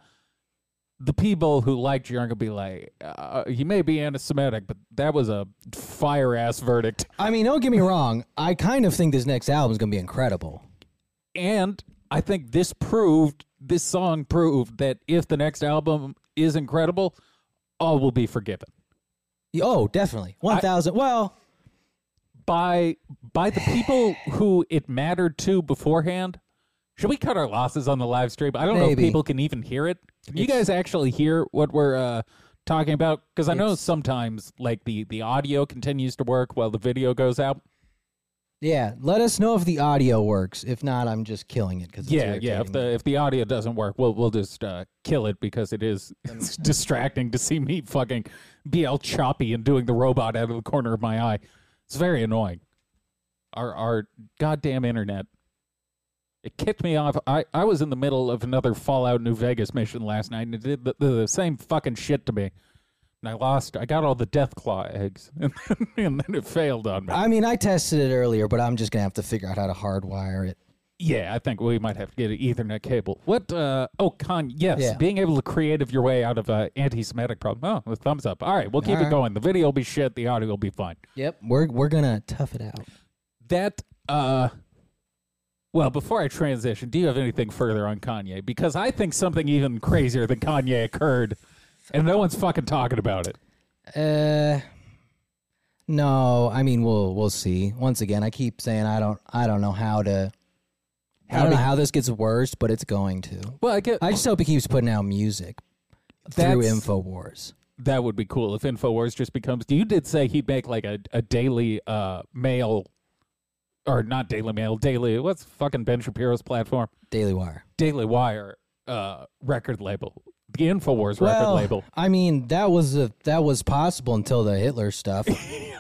[SPEAKER 1] the people who liked you aren't gonna be like uh, you may be anti-semitic but that was a fire ass verdict
[SPEAKER 2] I mean, don't get me wrong. I kind of think this next album's gonna be incredible.
[SPEAKER 1] and i think this proved this song proved that if the next album is incredible all will be forgiven
[SPEAKER 2] Y- Oh, definitely. One thousand. Well,
[SPEAKER 1] by by the people who it mattered to beforehand. Should we cut our losses on the live stream? I don't know if
[SPEAKER 2] Maybe.
[SPEAKER 1] people can even hear it. Can you guys actually hear what we're uh, talking about? Because I know sometimes like the the audio continues to work while the video goes out.
[SPEAKER 2] yeah. Let us know if the audio works. If not, I'm just killing it because
[SPEAKER 1] yeah, yeah. If the if the audio doesn't work, we'll we'll just uh, kill it because it is it's distracting to see me fucking be all choppy and doing the robot out of the corner of my eye. It's very annoying. Our our goddamn internet. It kicked me off. I, I was in the middle of another Fallout New Vegas mission last night, and it did the, the, the same fucking shit to me. And I lost. I got all the Death Claw eggs, and then, and then it failed on me.
[SPEAKER 2] I mean, I tested it earlier, but I'm just gonna have to figure out how to hardwire it.
[SPEAKER 1] Yeah, I think we might have to get an Ethernet cable. What? Uh, oh, con. Yes,
[SPEAKER 2] Yeah.
[SPEAKER 1] being able to creative your way out of an anti-Semitic problem. Oh, a thumbs up. All right, we'll keep
[SPEAKER 2] All
[SPEAKER 1] it
[SPEAKER 2] right.
[SPEAKER 1] going. The video will be shit. The audio will be fine.
[SPEAKER 2] Yep. We're we're gonna tough it out.
[SPEAKER 1] That. Uh, well, before I transition, do you have anything further on Kanye? Because I think something even crazier than Kanye occurred, and no one's fucking talking about it.
[SPEAKER 2] Uh, no. I mean, we'll we'll see. Once again, I keep saying I don't I don't know how to. I
[SPEAKER 1] How
[SPEAKER 2] don't
[SPEAKER 1] to-
[SPEAKER 2] know how this gets worse, but it's going to.
[SPEAKER 1] Well, I get
[SPEAKER 2] I just hope he keeps putting out music through
[SPEAKER 1] That's-
[SPEAKER 2] Infowars.
[SPEAKER 1] that would be cool if Infowars just becomes. You did say he'd make like a, a daily uh mail, or not Daily Mail, Daily. What's fucking Ben Shapiro's platform?
[SPEAKER 2] Daily Wire.
[SPEAKER 1] Daily Wire uh record label, the Infowars
[SPEAKER 2] Well,
[SPEAKER 1] record label.
[SPEAKER 2] I mean, that was a, that was possible until the Hitler stuff.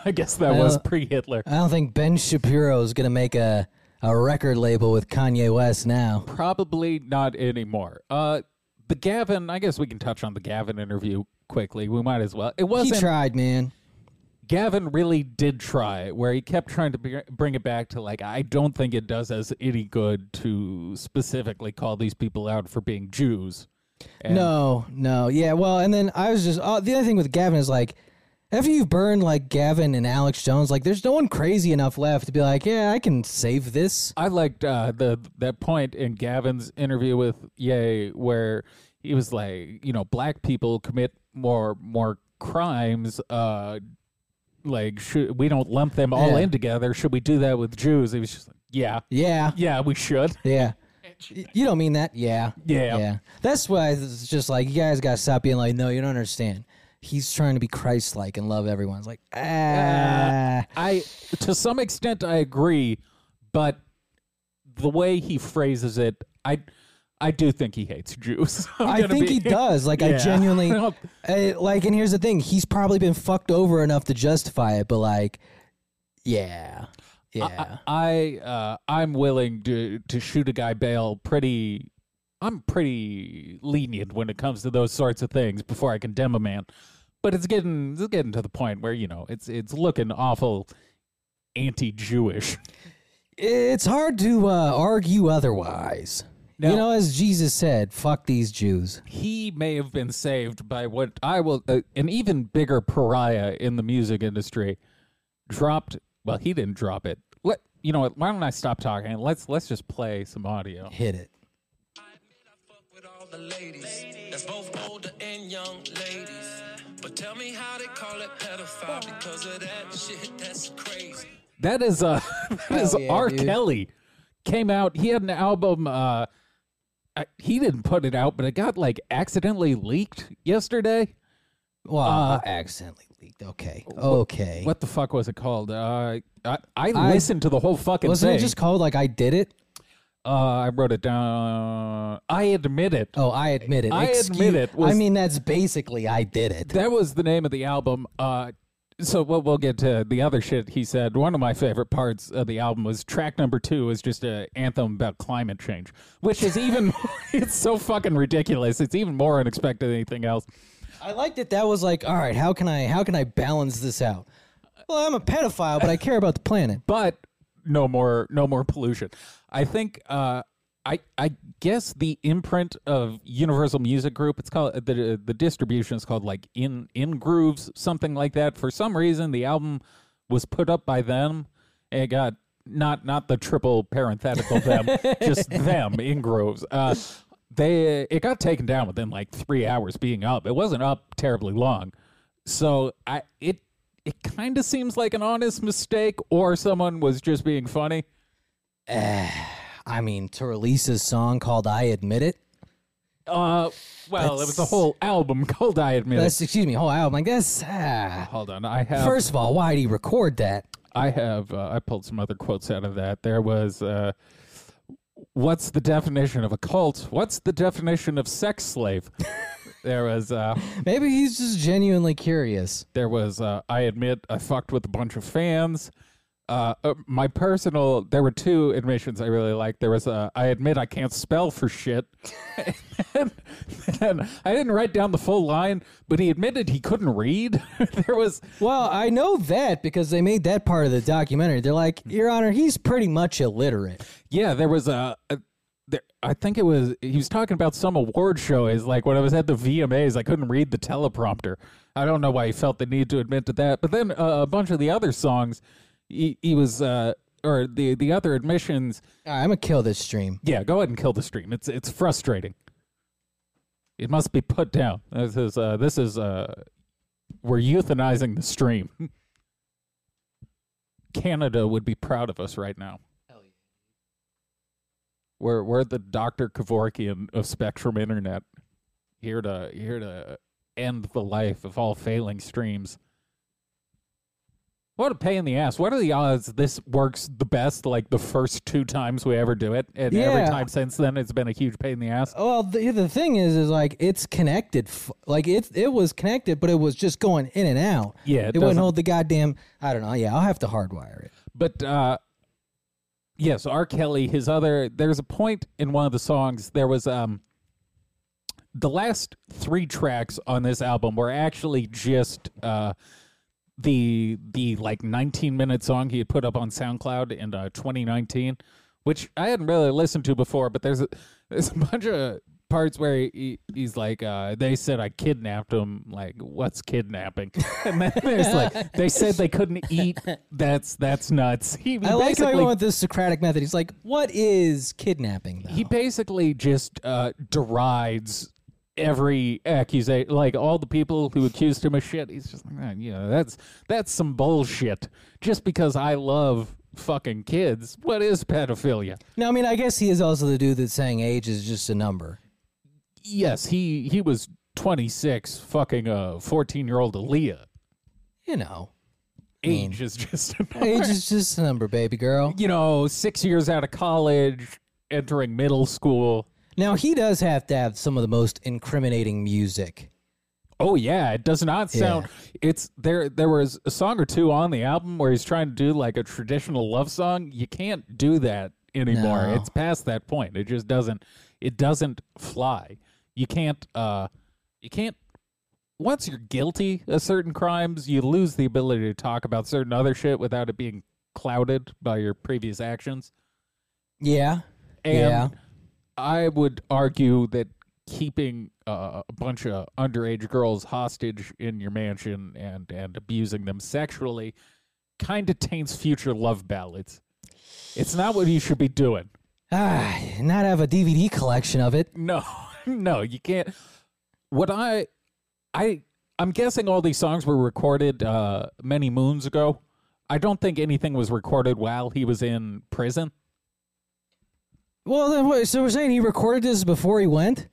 [SPEAKER 1] I guess that was
[SPEAKER 2] well-
[SPEAKER 1] pre Hitler.
[SPEAKER 2] I don't think Ben Shapiro is gonna make a a record label with Kanye West now.
[SPEAKER 1] Probably not anymore. Uh, the Gavin. I guess we can touch on the Gavin interview quickly. We might as well. It
[SPEAKER 2] He
[SPEAKER 1] wasn't
[SPEAKER 2] tried, man.
[SPEAKER 1] Gavin really did try, where he kept trying to br- bring it back to like, I don't think it does us any good to specifically call these people out for being Jews. And-
[SPEAKER 2] No, no, yeah. Well, and then I was just uh, the other thing with Gavin is like, after you've burned like Gavin and Alex Jones, like there's no one crazy enough left to be like, yeah, I can save this.
[SPEAKER 1] I liked uh, the that point in Gavin's interview with Ye, where he was like, you know, black people commit more more crimes uh, like should we don't lump them all
[SPEAKER 2] Yeah.
[SPEAKER 1] in together should we do that with jews he was just like yeah
[SPEAKER 2] Yeah.
[SPEAKER 1] yeah we should
[SPEAKER 2] Yeah. Y- You don't mean that. Yeah.
[SPEAKER 1] Yeah.
[SPEAKER 2] Yeah. That's why it's just like you guys gotta stop being like, no, you don't understand. He's trying to be Christ-like and love everyone. It's like, ah,
[SPEAKER 1] i to some extent i agree but the way he phrases it i i do think he hates jews I'm
[SPEAKER 2] I
[SPEAKER 1] gonna
[SPEAKER 2] think
[SPEAKER 1] be-
[SPEAKER 2] he does. Like, I
[SPEAKER 1] Yeah.
[SPEAKER 2] genuinely,
[SPEAKER 1] No.
[SPEAKER 2] I- like, and here's the thing: he's probably been fucked over enough to justify it, but like, yeah, yeah,
[SPEAKER 1] I uh, I'm willing to to shoot a guy bail pretty. I'm pretty lenient when it comes to those sorts of things before I condemn a man. But it's getting it's getting to the point where you know it's it's looking awful anti-Jewish.
[SPEAKER 2] it's hard to uh, argue otherwise.
[SPEAKER 1] No.
[SPEAKER 2] You know, as Jesus said, "Fuck these Jews."
[SPEAKER 1] He may have been saved by what I will uh, an even bigger pariah in the music industry dropped. Well, he didn't drop it. Let you know what? Why don't I stop talking? Let's let's just play some audio.
[SPEAKER 2] Hit it.
[SPEAKER 3] I admit I fuck with all the ladies. That's both older and young ladies. But tell me how they call it pedophile because of that shit. That's crazy.
[SPEAKER 1] That is uh that is
[SPEAKER 2] yeah,
[SPEAKER 1] R.
[SPEAKER 2] dude.
[SPEAKER 1] Kelly. Came out. He had an album. Uh, I, he didn't put it out, but it got like accidentally leaked yesterday.
[SPEAKER 2] Well,
[SPEAKER 1] Uh,
[SPEAKER 2] I accidentally leaked. Okay, okay.
[SPEAKER 1] What the fuck was it called? Uh, I, I
[SPEAKER 2] I-
[SPEAKER 1] listened to the whole fucking
[SPEAKER 2] Wasn't
[SPEAKER 1] thing.
[SPEAKER 2] it just called like I did it?
[SPEAKER 1] uh, I wrote it down. I admit it.
[SPEAKER 2] Oh, I admit it.
[SPEAKER 1] I admit
[SPEAKER 2] Excuse-
[SPEAKER 1] it was-
[SPEAKER 2] I mean, that's basically I did it.
[SPEAKER 1] That was the name of the album. Uh, so we'll, we'll get to the other shit he said. One of my favorite parts of the album was track number two is just an anthem about climate change, which is even, it's so fucking ridiculous. It's even more unexpected than anything else.
[SPEAKER 2] I liked that that was like, all right, how can I how can I balance this out? Well, I'm a pedophile, but I care about the planet.
[SPEAKER 1] but no more no more pollution i think uh I, I guess the imprint of Universal Music Group it's called the the distribution is called like in in grooves something like that for some reason the album was put up by them and it got not not the triple parenthetical them just them in grooves uh, they it got taken down within like 3 hours being up it wasn't up terribly long so I it it kind of seems like an honest mistake, or someone was just being funny.
[SPEAKER 2] I mean, to release a song called "I Admit It,"
[SPEAKER 1] Uh, well, it was a
[SPEAKER 2] That's-
[SPEAKER 1] whole album called "I Admit." It.
[SPEAKER 2] that's excuse me, whole album. Like that's ah.
[SPEAKER 1] Hold on, I have
[SPEAKER 2] First of all, why did he record that?
[SPEAKER 1] I have uh, I pulled some other quotes out of that. There was, uh, "What's the definition of a cult? What's the definition of sex slave?" there was, uh,
[SPEAKER 2] Maybe he's just genuinely curious.
[SPEAKER 1] there was. Uh, I admit, I fucked with a bunch of fans. Uh, uh, my personal, there were two admissions I really liked. There was, uh, I admit I can't spell for shit. and, then I didn't write down the full line, but he admitted he couldn't read. there was,
[SPEAKER 2] Well, I know that because they made that part of the documentary. They're like, Your Honor, he's pretty much illiterate.
[SPEAKER 1] yeah, there was a. a there, I think it was he was talking about some award show. Is like when I was at the VMAs, I couldn't read the teleprompter. I don't know why he felt the need to admit to that. But then uh, a bunch of the other songs, he, he was uh, or the the other admissions.
[SPEAKER 2] All right, I'm gonna kill this stream.
[SPEAKER 1] Yeah, go ahead and kill the stream. It's it's frustrating. It must be put down. This is uh, this is uh, we're euthanizing the stream. Canada would be proud of us right now. We're we're the Doctor Kevorkian of Spectrum Internet, here to here to end the life of all failing streams. What a pain in the ass! What are the odds this works the best? Like the first two times we ever do it, and every
[SPEAKER 2] Yeah.
[SPEAKER 1] time since then, it's been a huge pain in the ass.
[SPEAKER 2] Well, the, the thing is, is like it's connected. f- Like it, it was connected, but it was just going in and out.
[SPEAKER 1] Yeah, it
[SPEAKER 2] it,
[SPEAKER 1] doesn't-
[SPEAKER 2] wouldn't hold the goddamn. I don't know. Yeah, I'll have to hardwire it.
[SPEAKER 1] But uh yes, R. Kelly, his other there's a point in one of the songs, there was um the last three tracks on this album were actually just uh the the like 19 minute song he had put up on SoundCloud in uh, 2019, which I hadn't really listened to before. But there's a, there's a bunch of parts where he, he's like, uh, they said I kidnapped him. Like, what's kidnapping? And then there's like, they said they couldn't eat. That's that's nuts. He
[SPEAKER 2] I like how he
[SPEAKER 1] basically
[SPEAKER 2] went with this Socratic method. He's like, "What is kidnapping?" Though?
[SPEAKER 1] he basically just uh, derides every accusation, like all the people who accused him of shit. He's just like, "Man, you know, that's that's some bullshit. Just because I love fucking kids, what is pedophilia?
[SPEAKER 2] No, I mean, I guess he is also the dude that's saying age is just a number.
[SPEAKER 1] Yes, he he was 26, fucking a 14 year old Aaliyah.
[SPEAKER 2] You know,
[SPEAKER 1] Age is just a number.
[SPEAKER 2] age is just a number, baby girl.
[SPEAKER 1] you know, six years out of college, entering middle school.
[SPEAKER 2] Now he does have to have some of the most incriminating music.
[SPEAKER 1] Oh yeah, it does not sound. It's there. There was a song or two on the album where he's trying to do like a traditional love song. You can't do that anymore.
[SPEAKER 2] No.
[SPEAKER 1] It's past that point. It just doesn't. It doesn't fly. You can't. Uh, you can't. Once you're guilty of certain crimes, you lose the ability to talk about certain other shit without it being clouded by your previous actions.
[SPEAKER 2] Yeah,
[SPEAKER 1] And
[SPEAKER 2] Yeah.
[SPEAKER 1] I would argue that keeping uh, a bunch of underage girls hostage in your mansion and, and abusing them sexually kind of taints future love ballads. It's not what you should be doing.
[SPEAKER 2] ah, not have a DVD collection of it.
[SPEAKER 1] No, no, you can't. What I, I, I'm guessing all these songs were recorded uh, many moons ago. I don't think anything was recorded while he was in prison.
[SPEAKER 2] Well, then, what, so we're saying he recorded this before he went.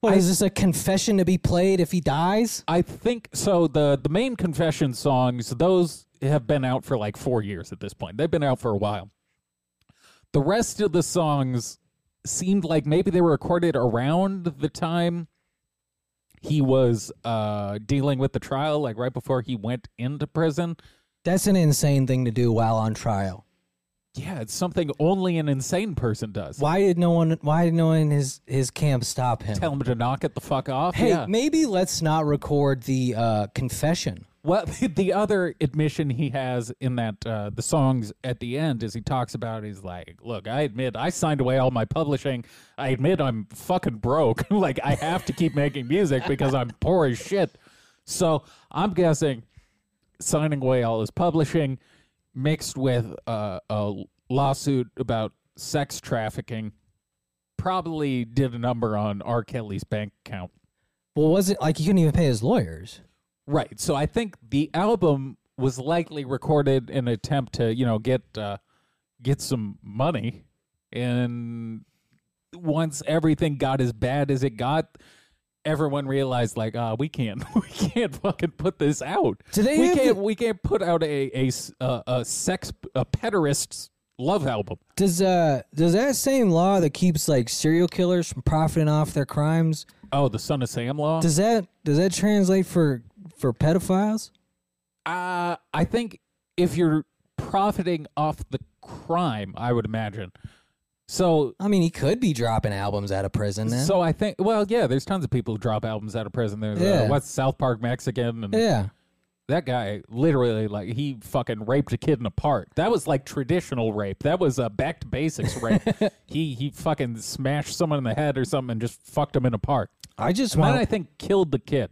[SPEAKER 2] What is this a confession to be played if he dies?
[SPEAKER 1] I think so. The the main confession songs, those have been out for like four years at this point. They've been out for a while. The rest of the songs seemed like maybe they were recorded around the time he was uh, dealing with the trial, like right before he went into prison.
[SPEAKER 2] That's an insane thing to do while on trial.
[SPEAKER 1] Yeah, it's something only an insane person does.
[SPEAKER 2] Why did no one? Why did no one in his his camp stop him?
[SPEAKER 1] Tell him to knock it the fuck off.
[SPEAKER 2] hey,
[SPEAKER 1] yeah.
[SPEAKER 2] maybe let's not record the uh, confession.
[SPEAKER 1] Well, the other admission he has in that uh, the songs at the end is he talks about he's like, look, I admit I signed away all my publishing. I admit I'm fucking broke. like I have to keep making music because I'm poor as shit. So I'm guessing signing away all his publishing, mixed with uh, a lawsuit about sex trafficking, probably did a number on R. Kelly's bank account.
[SPEAKER 2] Well, was it like he couldn't even pay his lawyers?
[SPEAKER 1] Right. So I think the album was likely recorded in an attempt to, you know, get uh, get some money. And once everything got as bad as it got, everyone realized like, ah, we can't, we can't fucking put this out.
[SPEAKER 2] Do they
[SPEAKER 1] we
[SPEAKER 2] have
[SPEAKER 1] can't,
[SPEAKER 2] the-
[SPEAKER 1] we can't put out a a s- a- a sex a pederast's love album.
[SPEAKER 2] Does uh does that same law that keeps like serial killers from profiting off their crimes
[SPEAKER 1] Oh, the Son of Sam law.
[SPEAKER 2] does that does that translate for for pedophiles?
[SPEAKER 1] Uh, I think if you're profiting off the crime, I would imagine. So
[SPEAKER 2] I mean, he could be dropping albums out of prison then.
[SPEAKER 1] So I think, well, yeah, there's tons of people who drop albums out of prison. There's uh,
[SPEAKER 2] Yeah.
[SPEAKER 1] what's South Park Mexican, and
[SPEAKER 2] yeah,
[SPEAKER 1] that guy literally like he fucking raped a kid in a park. That was like traditional rape. That was a back to basics rape. he he fucking smashed someone in the head or something and just fucked him in a park.
[SPEAKER 2] I just
[SPEAKER 1] And then
[SPEAKER 2] want.
[SPEAKER 1] I think killed the kid.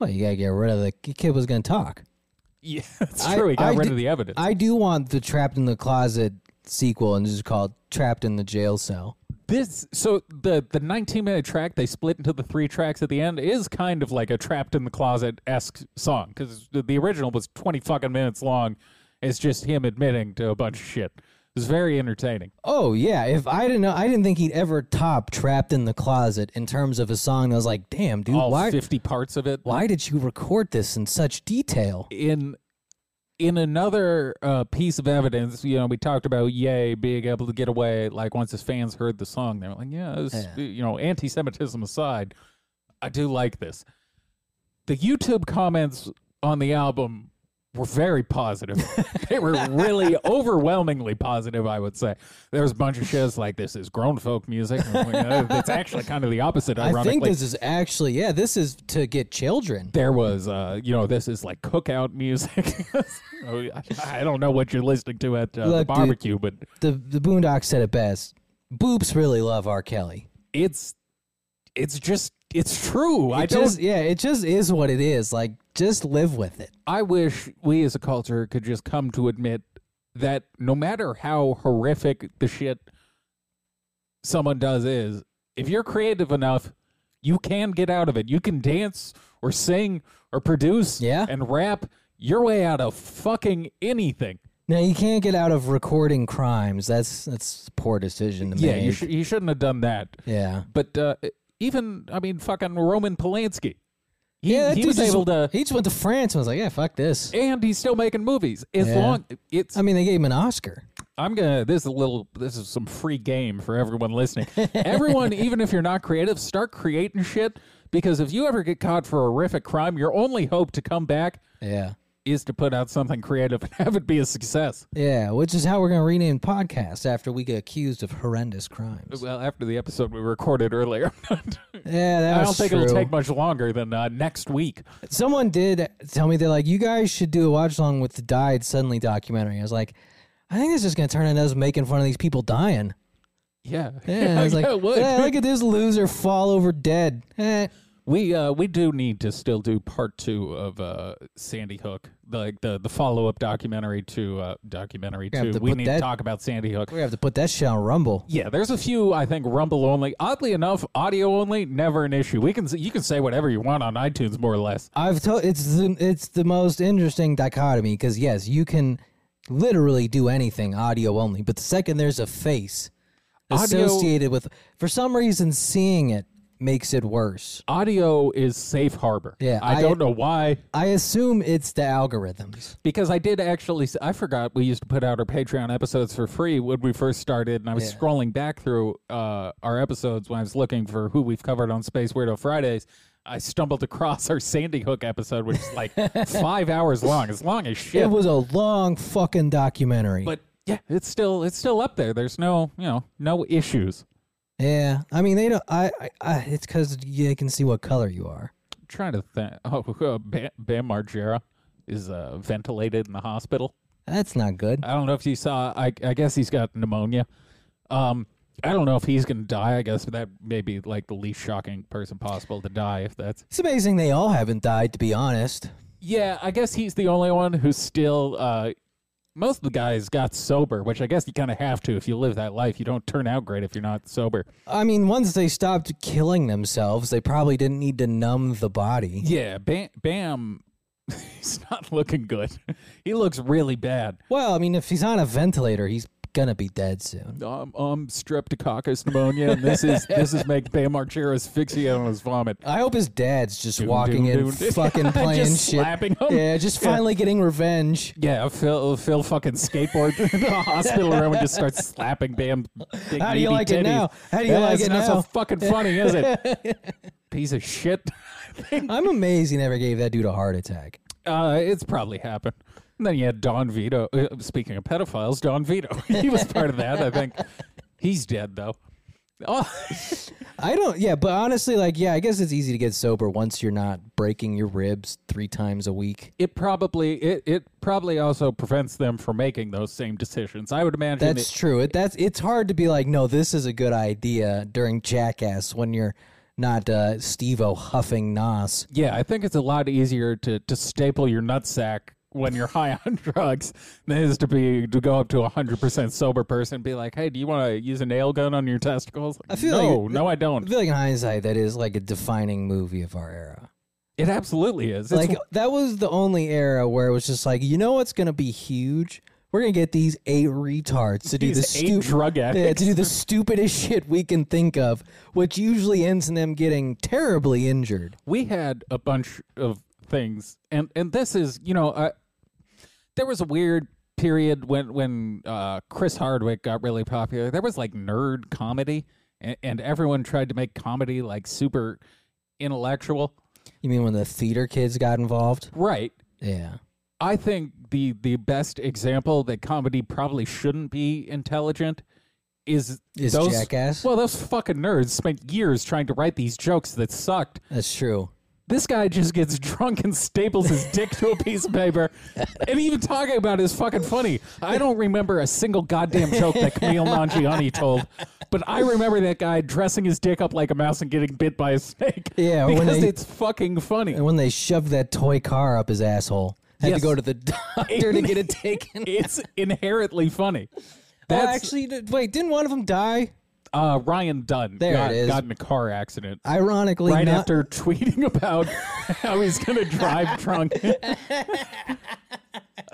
[SPEAKER 2] well, you gotta get rid of the the kid was gonna talk.
[SPEAKER 1] Yeah, that's
[SPEAKER 2] I-
[SPEAKER 1] true. he got
[SPEAKER 2] I
[SPEAKER 1] rid
[SPEAKER 2] did-
[SPEAKER 1] of the evidence.
[SPEAKER 2] I do want the Trapped in the Closet sequel, and this is called Trapped in the Jail Cell.
[SPEAKER 1] this so the the 19 minute track they split into the three tracks at the end is kind of like a trapped in the closet esque song because the, the original was 20 fucking minutes long it's just him admitting to a bunch of shit it's very entertaining
[SPEAKER 2] Oh yeah, if I didn't know, I didn't think he'd ever top Trapped in the Closet in terms of a song. I was like, damn, dude,
[SPEAKER 1] all
[SPEAKER 2] why
[SPEAKER 1] 50 parts of it
[SPEAKER 2] why did you record this in such detail?
[SPEAKER 1] in in another uh, piece of evidence, you know, we talked about Yay being able to get away. Like once his fans heard the song, they were like, "Yeah, this,
[SPEAKER 2] Yeah.
[SPEAKER 1] you know, anti-Semitism aside, I do like this." The YouTube comments on the album were very positive. they were really overwhelmingly positive. I would say there was a bunch of shows like this is grown folk music. And I'm like, "Oh, That's actually kind of the opposite.
[SPEAKER 2] I
[SPEAKER 1] Ironically,
[SPEAKER 2] think this is actually yeah, this is to get children.
[SPEAKER 1] there was uh you know this is like cookout music Oh, I- i don't know what you're listening to at uh, the
[SPEAKER 2] Look, dude.
[SPEAKER 1] barbecue but
[SPEAKER 2] The the Boondocks said it best. Boops really love R. Kelly.
[SPEAKER 1] it's it's just it's true i
[SPEAKER 2] It
[SPEAKER 1] don't
[SPEAKER 2] just yeah, it just is what it is. Like just live with it.
[SPEAKER 1] i wish we as a culture could just come to admit that no matter how horrific the shit someone does is if you're creative enough You can get out of it. You can dance or sing or produce
[SPEAKER 2] Yeah.
[SPEAKER 1] and rap your way out of fucking anything.
[SPEAKER 2] Now you can't get out of recording crimes. That's that's a poor decision to
[SPEAKER 1] Yeah,
[SPEAKER 2] make.
[SPEAKER 1] you, sh- you shouldn't have done that.
[SPEAKER 2] yeah.
[SPEAKER 1] But uh, even, I mean, fucking Roman Polanski. He,
[SPEAKER 2] yeah, that
[SPEAKER 1] he
[SPEAKER 2] dude
[SPEAKER 1] was
[SPEAKER 2] just-
[SPEAKER 1] able to,
[SPEAKER 2] He just went to France and was like, "Yeah, fuck this."
[SPEAKER 1] and he's still making movies. As
[SPEAKER 2] Yeah.
[SPEAKER 1] long, it's
[SPEAKER 2] I mean, they gave him an Oscar.
[SPEAKER 1] I'm gonna. This is a little. This is some free game for everyone listening. everyone, even if you're not creative, start creating shit because if you ever get caught for a horrific crime, your only hope to come back
[SPEAKER 2] Yeah,
[SPEAKER 1] is to put out something creative and have it be a success.
[SPEAKER 2] yeah. Which is how we're gonna rename the podcast after we get accused of horrendous crimes.
[SPEAKER 1] Well, after the episode we recorded earlier,
[SPEAKER 2] Yeah, that's
[SPEAKER 1] I don't think it'll
[SPEAKER 2] true.
[SPEAKER 1] take much longer than uh, next week.
[SPEAKER 2] Someone did tell me they're like, "You guys should do a watch along with the Died Suddenly documentary." I was like, "I think this is gonna turn into us making fun of these people dying."
[SPEAKER 1] Yeah,
[SPEAKER 2] Yeah, I was like,
[SPEAKER 1] it would.
[SPEAKER 2] "Yeah, look at this loser fall over dead." Eh.
[SPEAKER 1] We uh we do need to still do part two of uh Sandy Hook, like the the follow up documentary to uh documentary
[SPEAKER 2] have
[SPEAKER 1] two.
[SPEAKER 2] to
[SPEAKER 1] we
[SPEAKER 2] put
[SPEAKER 1] need
[SPEAKER 2] that-
[SPEAKER 1] to talk about Sandy Hook.
[SPEAKER 2] We're gonna have to put that shit on Rumble.
[SPEAKER 1] Yeah, there's a few I think Rumble only. Oddly enough, audio only never an issue. We can s- you can say whatever you want on iTunes more or less.
[SPEAKER 2] I've told it's the it's the most interesting dichotomy because yes, you can literally do anything audio only, but the second there's a face
[SPEAKER 1] Audio-
[SPEAKER 2] associated with, for some reason, seeing it makes it worse.
[SPEAKER 1] Audio is safe harbor.
[SPEAKER 2] Yeah,
[SPEAKER 1] I,
[SPEAKER 2] I-
[SPEAKER 1] don't know why
[SPEAKER 2] I assume it's the algorithms.
[SPEAKER 1] because I did actually s- I forgot we used to put out our Patreon episodes for free when we first started and I was
[SPEAKER 2] Yeah.
[SPEAKER 1] scrolling back through uh our episodes when I was looking for who we've covered on Space Weirdo Fridays. I stumbled across our Sandy Hook episode, which is like five hours long. It's long as shit.
[SPEAKER 2] It was a long fucking documentary.
[SPEAKER 1] but yeah, it's still it's still up there. There's no you know no issues.
[SPEAKER 2] yeah, I mean they don't. I, I, I it's because they can see what color you are.
[SPEAKER 1] trying to think. Oh, uh, Bam, Bam Margera is uh, ventilated in the hospital.
[SPEAKER 2] That's not good.
[SPEAKER 1] I don't know if you saw. I, I guess he's got pneumonia. Um, I don't know if he's gonna die. I guess that may be like the least shocking person possible to die. If that's
[SPEAKER 2] It's amazing they all haven't died. To be honest,
[SPEAKER 1] yeah, I guess he's the only one who's still. Uh, most of the guys got sober, which I guess you kind of have to if you live that life. You don't turn out great if you're not sober.
[SPEAKER 2] I mean once they stopped killing themselves, they probably didn't need to numb the body.
[SPEAKER 1] Yeah, Bam. Bam he's not looking good. he looks really bad.
[SPEAKER 2] Well, I mean, if he's on a ventilator, he's gonna be dead soon.
[SPEAKER 1] um, um streptococcus pneumonia, and this is this is make Bam Margera asphyxiate on his vomit.
[SPEAKER 2] I hope his dad's just
[SPEAKER 1] Doom,
[SPEAKER 2] walking
[SPEAKER 1] doom,
[SPEAKER 2] in,
[SPEAKER 1] doom, doom.
[SPEAKER 2] fucking playing
[SPEAKER 1] Just
[SPEAKER 2] shit,
[SPEAKER 1] slapping him.
[SPEAKER 2] yeah, just finally getting revenge.
[SPEAKER 1] Yeah, Phil Phil fucking skateboard in the hospital room and just starts slapping Bam. big
[SPEAKER 2] How do
[SPEAKER 1] meaty
[SPEAKER 2] you like it
[SPEAKER 1] titties.
[SPEAKER 2] now? How do you
[SPEAKER 1] Yeah,
[SPEAKER 2] like
[SPEAKER 1] it's
[SPEAKER 2] it
[SPEAKER 1] not
[SPEAKER 2] now?
[SPEAKER 1] so fucking funny, is it? Piece of shit.
[SPEAKER 2] I'm amazed he never gave that dude a heart attack.
[SPEAKER 1] Uh, it's probably happened. And then you had Don Vito. Uh, speaking of pedophiles, Don Vito. he was part of that, I think. He's dead though. Oh,
[SPEAKER 2] I don't, yeah, but honestly, like, yeah, I guess it's easy to get sober once you're not breaking your ribs three times a week.
[SPEAKER 1] it probably it, it probably also prevents them from making those same decisions. I would imagine it-
[SPEAKER 2] That's true. It, that's it's hard to be like, no, this is a good idea during Jackass when you're not uh, Steve-O huffing nos.
[SPEAKER 1] Yeah, I think it's a lot easier to, to staple your nutsack when you're high on drugs than it is to be to go up to a hundred percent sober person and be like, Hey, do you wanna use a nail gun on your testicles? I
[SPEAKER 2] feel
[SPEAKER 1] no,
[SPEAKER 2] like-
[SPEAKER 1] no I
[SPEAKER 2] I
[SPEAKER 1] don't.
[SPEAKER 2] feel like in hindsight, that is like a defining movie of our era.
[SPEAKER 1] It absolutely is. It's-
[SPEAKER 2] like that was the only era where it was just like, you know what's gonna be huge? We're gonna get these eight retards to do the
[SPEAKER 1] These eight
[SPEAKER 2] stupid
[SPEAKER 1] drug
[SPEAKER 2] yeah,
[SPEAKER 1] addicts.
[SPEAKER 2] to do the stupidest shit we can think of, which usually ends in them getting terribly injured.
[SPEAKER 1] we had a bunch of things and and this is you know uh, there was a weird period when when uh, chris hardwick got really popular there was like nerd comedy and, and everyone tried to make comedy like super intellectual
[SPEAKER 2] You mean when the theater kids got involved?
[SPEAKER 1] right
[SPEAKER 2] Yeah.
[SPEAKER 1] i think the the best example that comedy probably shouldn't be intelligent is,
[SPEAKER 2] Is
[SPEAKER 1] those
[SPEAKER 2] Jackass?
[SPEAKER 1] well those fucking nerds spent years trying to write these jokes that sucked
[SPEAKER 2] That's true.
[SPEAKER 1] This guy just gets drunk and staples his dick to a piece of paper, and even talking about it is fucking funny. I don't remember a single goddamn joke that Camille Nangiani told, but I remember that guy dressing his dick up like a mouse and getting bit by a snake.
[SPEAKER 2] Yeah, when
[SPEAKER 1] because
[SPEAKER 2] they-
[SPEAKER 1] it's fucking funny.
[SPEAKER 2] And when they shoved that toy car up his asshole. Had
[SPEAKER 1] Yes.
[SPEAKER 2] to go to the doctor to get it taken.
[SPEAKER 1] It's inherently funny.
[SPEAKER 2] Well,
[SPEAKER 1] That's
[SPEAKER 2] actually, d- wait, didn't one of them die?
[SPEAKER 1] uh, Ryan Dunn
[SPEAKER 2] There
[SPEAKER 1] got,
[SPEAKER 2] it is.
[SPEAKER 1] got in a car accident
[SPEAKER 2] Ironically,
[SPEAKER 1] right
[SPEAKER 2] not,
[SPEAKER 1] after tweeting about how he's going to drive drunk.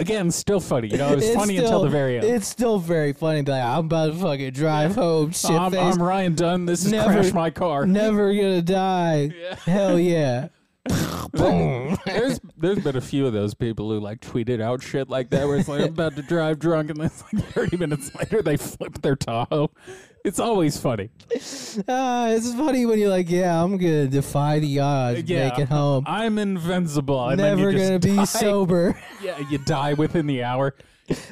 [SPEAKER 1] Again, still funny. You know, it was
[SPEAKER 2] it's
[SPEAKER 1] funny until
[SPEAKER 2] still-
[SPEAKER 1] the very end.
[SPEAKER 2] It's still very funny. Be like, I'm about to fucking drive home, shit
[SPEAKER 1] I'm,
[SPEAKER 2] face.
[SPEAKER 1] I'm Ryan Dunn. This is
[SPEAKER 2] Never-
[SPEAKER 1] Crash My Car.
[SPEAKER 2] Never gonna die. Hell yeah.
[SPEAKER 1] there's there's been a few of those people who like tweeted out shit like that where it's like I'm about to drive drunk and then it's like 30 minutes later they flip their Tahoe. It's always funny.
[SPEAKER 2] Ah, it's funny when you're like, yeah, I'm gonna defy the odds,
[SPEAKER 1] Yeah,
[SPEAKER 2] make it home.
[SPEAKER 1] I'm invincible. And
[SPEAKER 2] Never
[SPEAKER 1] then you
[SPEAKER 2] gonna
[SPEAKER 1] just
[SPEAKER 2] be
[SPEAKER 1] die.
[SPEAKER 2] sober.
[SPEAKER 1] Yeah, you die within the hour.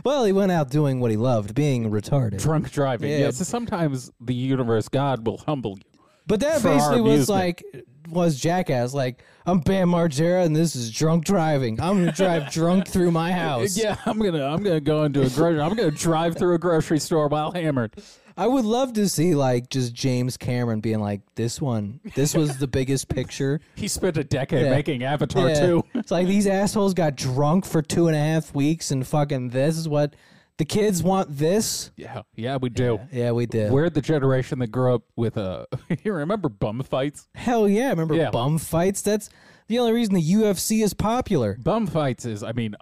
[SPEAKER 2] Well, he went out doing what he loved, being retarded.
[SPEAKER 1] Drunk driving.
[SPEAKER 2] Yeah.
[SPEAKER 1] Yeah. so sometimes the universe, God, will humble you.
[SPEAKER 2] But that
[SPEAKER 1] For our
[SPEAKER 2] basically was
[SPEAKER 1] amusement.
[SPEAKER 2] like was jackass. Like I'm Bam Margera, and this is drunk driving. I'm gonna drive drunk through my house.
[SPEAKER 1] Yeah, I'm gonna I'm gonna go into a grocery. I'm gonna drive through a grocery store while hammered.
[SPEAKER 2] I would love to see like just James Cameron being like, this one, this was the biggest picture.
[SPEAKER 1] He spent a decade
[SPEAKER 2] Yeah.
[SPEAKER 1] making Avatar
[SPEAKER 2] Yeah.
[SPEAKER 1] too.
[SPEAKER 2] It's like these assholes got drunk for two and a half weeks, and fucking this is what the kids want. This.
[SPEAKER 1] Yeah, yeah, we do.
[SPEAKER 2] Yeah, we did.
[SPEAKER 1] We're the generation that grew up with uh, you remember bum fights?
[SPEAKER 2] Hell yeah! Remember
[SPEAKER 1] Yeah.
[SPEAKER 2] bum fights? That's the only reason the UFC is popular.
[SPEAKER 1] Bum fights is, I mean,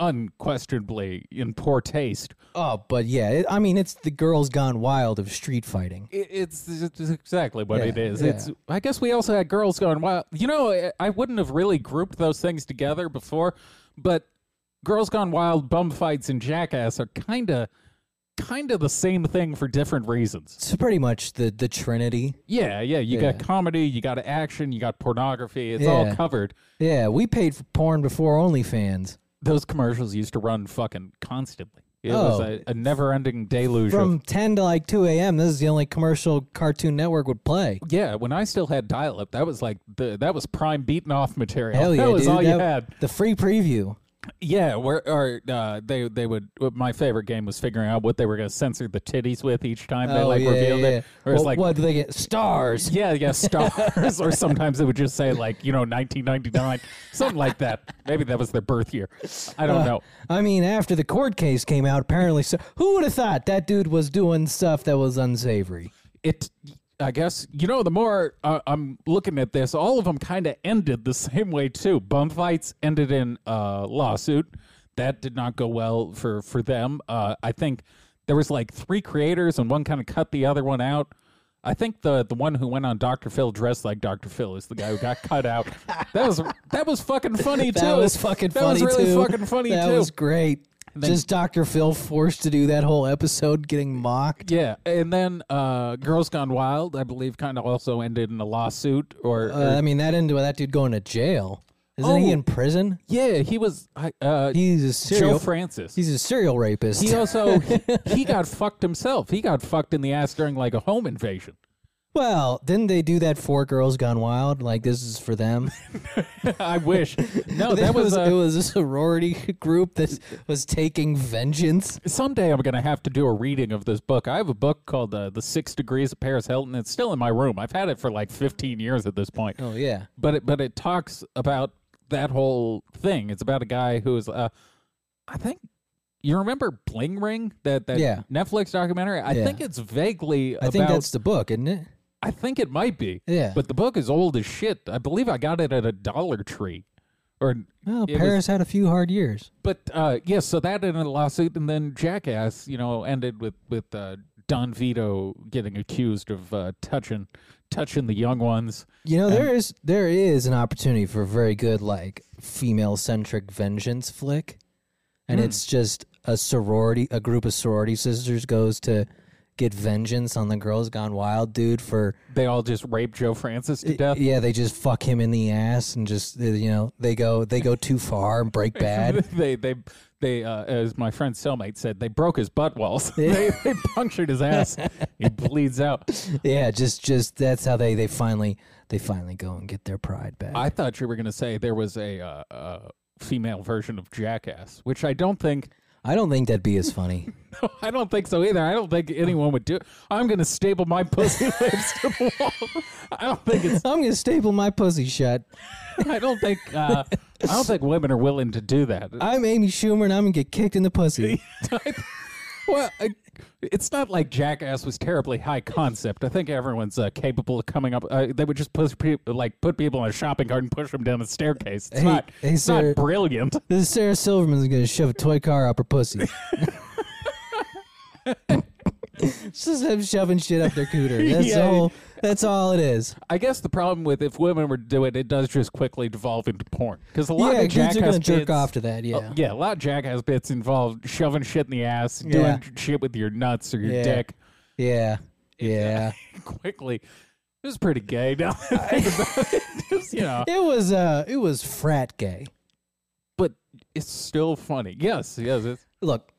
[SPEAKER 1] unquestionably in poor taste.
[SPEAKER 2] Oh, but yeah, it, I mean, it's the girls gone wild of street fighting.
[SPEAKER 1] I- It's, it's exactly what
[SPEAKER 2] Yeah,
[SPEAKER 1] it is.
[SPEAKER 2] yeah.
[SPEAKER 1] It's. I guess we also had girls going wild. You know, I- I wouldn't have really grouped those things together before, but girls gone wild, bum fights, and jackass are kind of, kind of the same thing for different reasons.
[SPEAKER 2] It's pretty much the the Trinity.
[SPEAKER 1] Yeah, yeah. You
[SPEAKER 2] Yeah.
[SPEAKER 1] got comedy, you got action, you got pornography. It's
[SPEAKER 2] Yeah.
[SPEAKER 1] all covered.
[SPEAKER 2] Yeah, we paid for porn before OnlyFans.
[SPEAKER 1] those commercials used to run fucking constantly. It was
[SPEAKER 2] Oh.
[SPEAKER 1] a, a never-ending deluge.
[SPEAKER 2] From
[SPEAKER 1] of,
[SPEAKER 2] ten to like two a.m. This is the only commercial Cartoon Network would play.
[SPEAKER 1] yeah, when I still had dial-up, that was like the that was prime beating off material.
[SPEAKER 2] Hell yeah,
[SPEAKER 1] that was
[SPEAKER 2] dude.
[SPEAKER 1] all you
[SPEAKER 2] That-
[SPEAKER 1] had.
[SPEAKER 2] The free preview.
[SPEAKER 1] Yeah, where or uh, they they would. My favorite game was figuring out what they were going to censor the titties with each time they
[SPEAKER 2] oh,
[SPEAKER 1] like
[SPEAKER 2] yeah,
[SPEAKER 1] revealed
[SPEAKER 2] yeah, yeah.
[SPEAKER 1] it. Or it's
[SPEAKER 2] Well,
[SPEAKER 1] like.
[SPEAKER 2] what do they get? Stars.
[SPEAKER 1] Yeah, yeah, stars, or sometimes they would just say like, you know, 1999, something like that. Maybe that was their birth year. I
[SPEAKER 2] Uh,
[SPEAKER 1] don't know.
[SPEAKER 2] I mean, after the court case came out, apparently, so who would have thought that dude was doing stuff that was unsavory?
[SPEAKER 1] it i guess you know the more uh, i'm looking at this all of them kind of ended the same way too bum fights ended in a lawsuit that did not go well for for them uh, i think there was like three creators and one kind of cut the other one out I think the the one who went on Dr. Phil dressed like Dr. Phil is the guy who got cut out. That was that was fucking funny too.
[SPEAKER 2] That was fucking
[SPEAKER 1] That
[SPEAKER 2] funny
[SPEAKER 1] was really
[SPEAKER 2] too.
[SPEAKER 1] fucking funny
[SPEAKER 2] that
[SPEAKER 1] too.
[SPEAKER 2] was great.
[SPEAKER 1] then-
[SPEAKER 2] Just Dr. Phil forced to do that whole episode, getting mocked.
[SPEAKER 1] Yeah, and then uh, Girls Gone Wild, I believe, kind of also ended in a lawsuit or, or
[SPEAKER 2] Uh, I mean, that ended with that dude going to jail. Isn't he
[SPEAKER 1] Oh.
[SPEAKER 2] in prison?
[SPEAKER 1] Yeah, he was I- uh,
[SPEAKER 2] He's a
[SPEAKER 1] Joe
[SPEAKER 2] serial.
[SPEAKER 1] Francis.
[SPEAKER 2] he's a serial rapist.
[SPEAKER 1] he also he, he got fucked himself. He got fucked in the ass during like a home invasion.
[SPEAKER 2] well, didn't they do that for Girls Gone Wild? Like this is for them.
[SPEAKER 1] I wish. No,
[SPEAKER 2] It
[SPEAKER 1] that was,
[SPEAKER 2] it
[SPEAKER 1] uh,
[SPEAKER 2] was a sorority group that was taking vengeance.
[SPEAKER 1] someday I'm gonna have to do a reading of this book. I have a book called uh, The Six Degrees of Paris Hilton. It's still in my room. I've had it for like 15 years at this point.
[SPEAKER 2] Oh yeah.
[SPEAKER 1] but it, but it talks about that whole thing. It's about a guy who is, uh, I think, you remember Bling Ring that that
[SPEAKER 2] Yeah.
[SPEAKER 1] Netflix documentary. I
[SPEAKER 2] Yeah.
[SPEAKER 1] think it's vaguely
[SPEAKER 2] I
[SPEAKER 1] about.
[SPEAKER 2] think that's the book, isn't it?
[SPEAKER 1] I think it might be.
[SPEAKER 2] Yeah.
[SPEAKER 1] But the book is old as shit. I believe I got it at a Dollar Tree, or
[SPEAKER 2] Well,
[SPEAKER 1] it was-
[SPEAKER 2] Paris had a few hard years.
[SPEAKER 1] but uh, yes, so that ended in a lawsuit, and then Jackass, you know, ended with with uh, Don Vito getting accused of uh, touching touching the young ones.
[SPEAKER 2] You know, there is there is an opportunity for a very good like female centric vengeance flick. And it's just a sorority a group of sorority sisters goes to get vengeance on the girls gone wild dude for
[SPEAKER 1] They all just raped Joe Francis to death.
[SPEAKER 2] yeah, they just fuck him in the ass and just uh, you know, they go they go too far and break bad.
[SPEAKER 1] they they they uh, as my friend cellmate said they broke his butt walls they, they punctured his ass he bleeds out
[SPEAKER 2] yeah, just just that's how they they finally they finally go and get their pride back.
[SPEAKER 1] i thought you were going to say there was a uh, uh, female version of jackass which i don't think
[SPEAKER 2] I don't think that'd be as funny.
[SPEAKER 1] i don't think so either i don't think anyone would do i'm going to staple my pussy lips to the wall i don't think it's
[SPEAKER 2] I'm gonna staple my pussy shut.
[SPEAKER 1] i don't think uh, i don't think women are willing to do that
[SPEAKER 2] I'm Amy Schumer and I'm gonna get kicked in the pussy.
[SPEAKER 1] Well, I, it's not like Jackass was terribly high concept. I think everyone's uh, capable of coming up. Uh, they would just push people, like put people in a shopping cart and push them down a staircase. It's
[SPEAKER 2] Hey-
[SPEAKER 1] not,
[SPEAKER 2] hey,
[SPEAKER 1] it's
[SPEAKER 2] sir.
[SPEAKER 1] not brilliant.
[SPEAKER 2] This Sarah Silverman's gonna shove a toy car up her pussy. Just them shoving shit up their cooter. That's
[SPEAKER 1] Yeah.
[SPEAKER 2] all. That's all it is.
[SPEAKER 1] I guess the problem with if women were to do it, it does just quickly devolve into porn because a lot of
[SPEAKER 2] yeah,
[SPEAKER 1] Oh,
[SPEAKER 2] kids
[SPEAKER 1] Jackass
[SPEAKER 2] are gonna jerk
[SPEAKER 1] bits-
[SPEAKER 2] off to that. Yeah.
[SPEAKER 1] Uh, Yeah. a lot of Jackass bits involved shoving shit in the ass,
[SPEAKER 2] Yeah.
[SPEAKER 1] doing shit with your nuts or your
[SPEAKER 2] Yeah.
[SPEAKER 1] dick
[SPEAKER 2] yeah. Yeah.
[SPEAKER 1] quickly. It was pretty gay. Now that I think about it, Just, you know,
[SPEAKER 2] It was uh it was frat gay.
[SPEAKER 1] but it's still funny. Yes, yes. It's,
[SPEAKER 2] Look,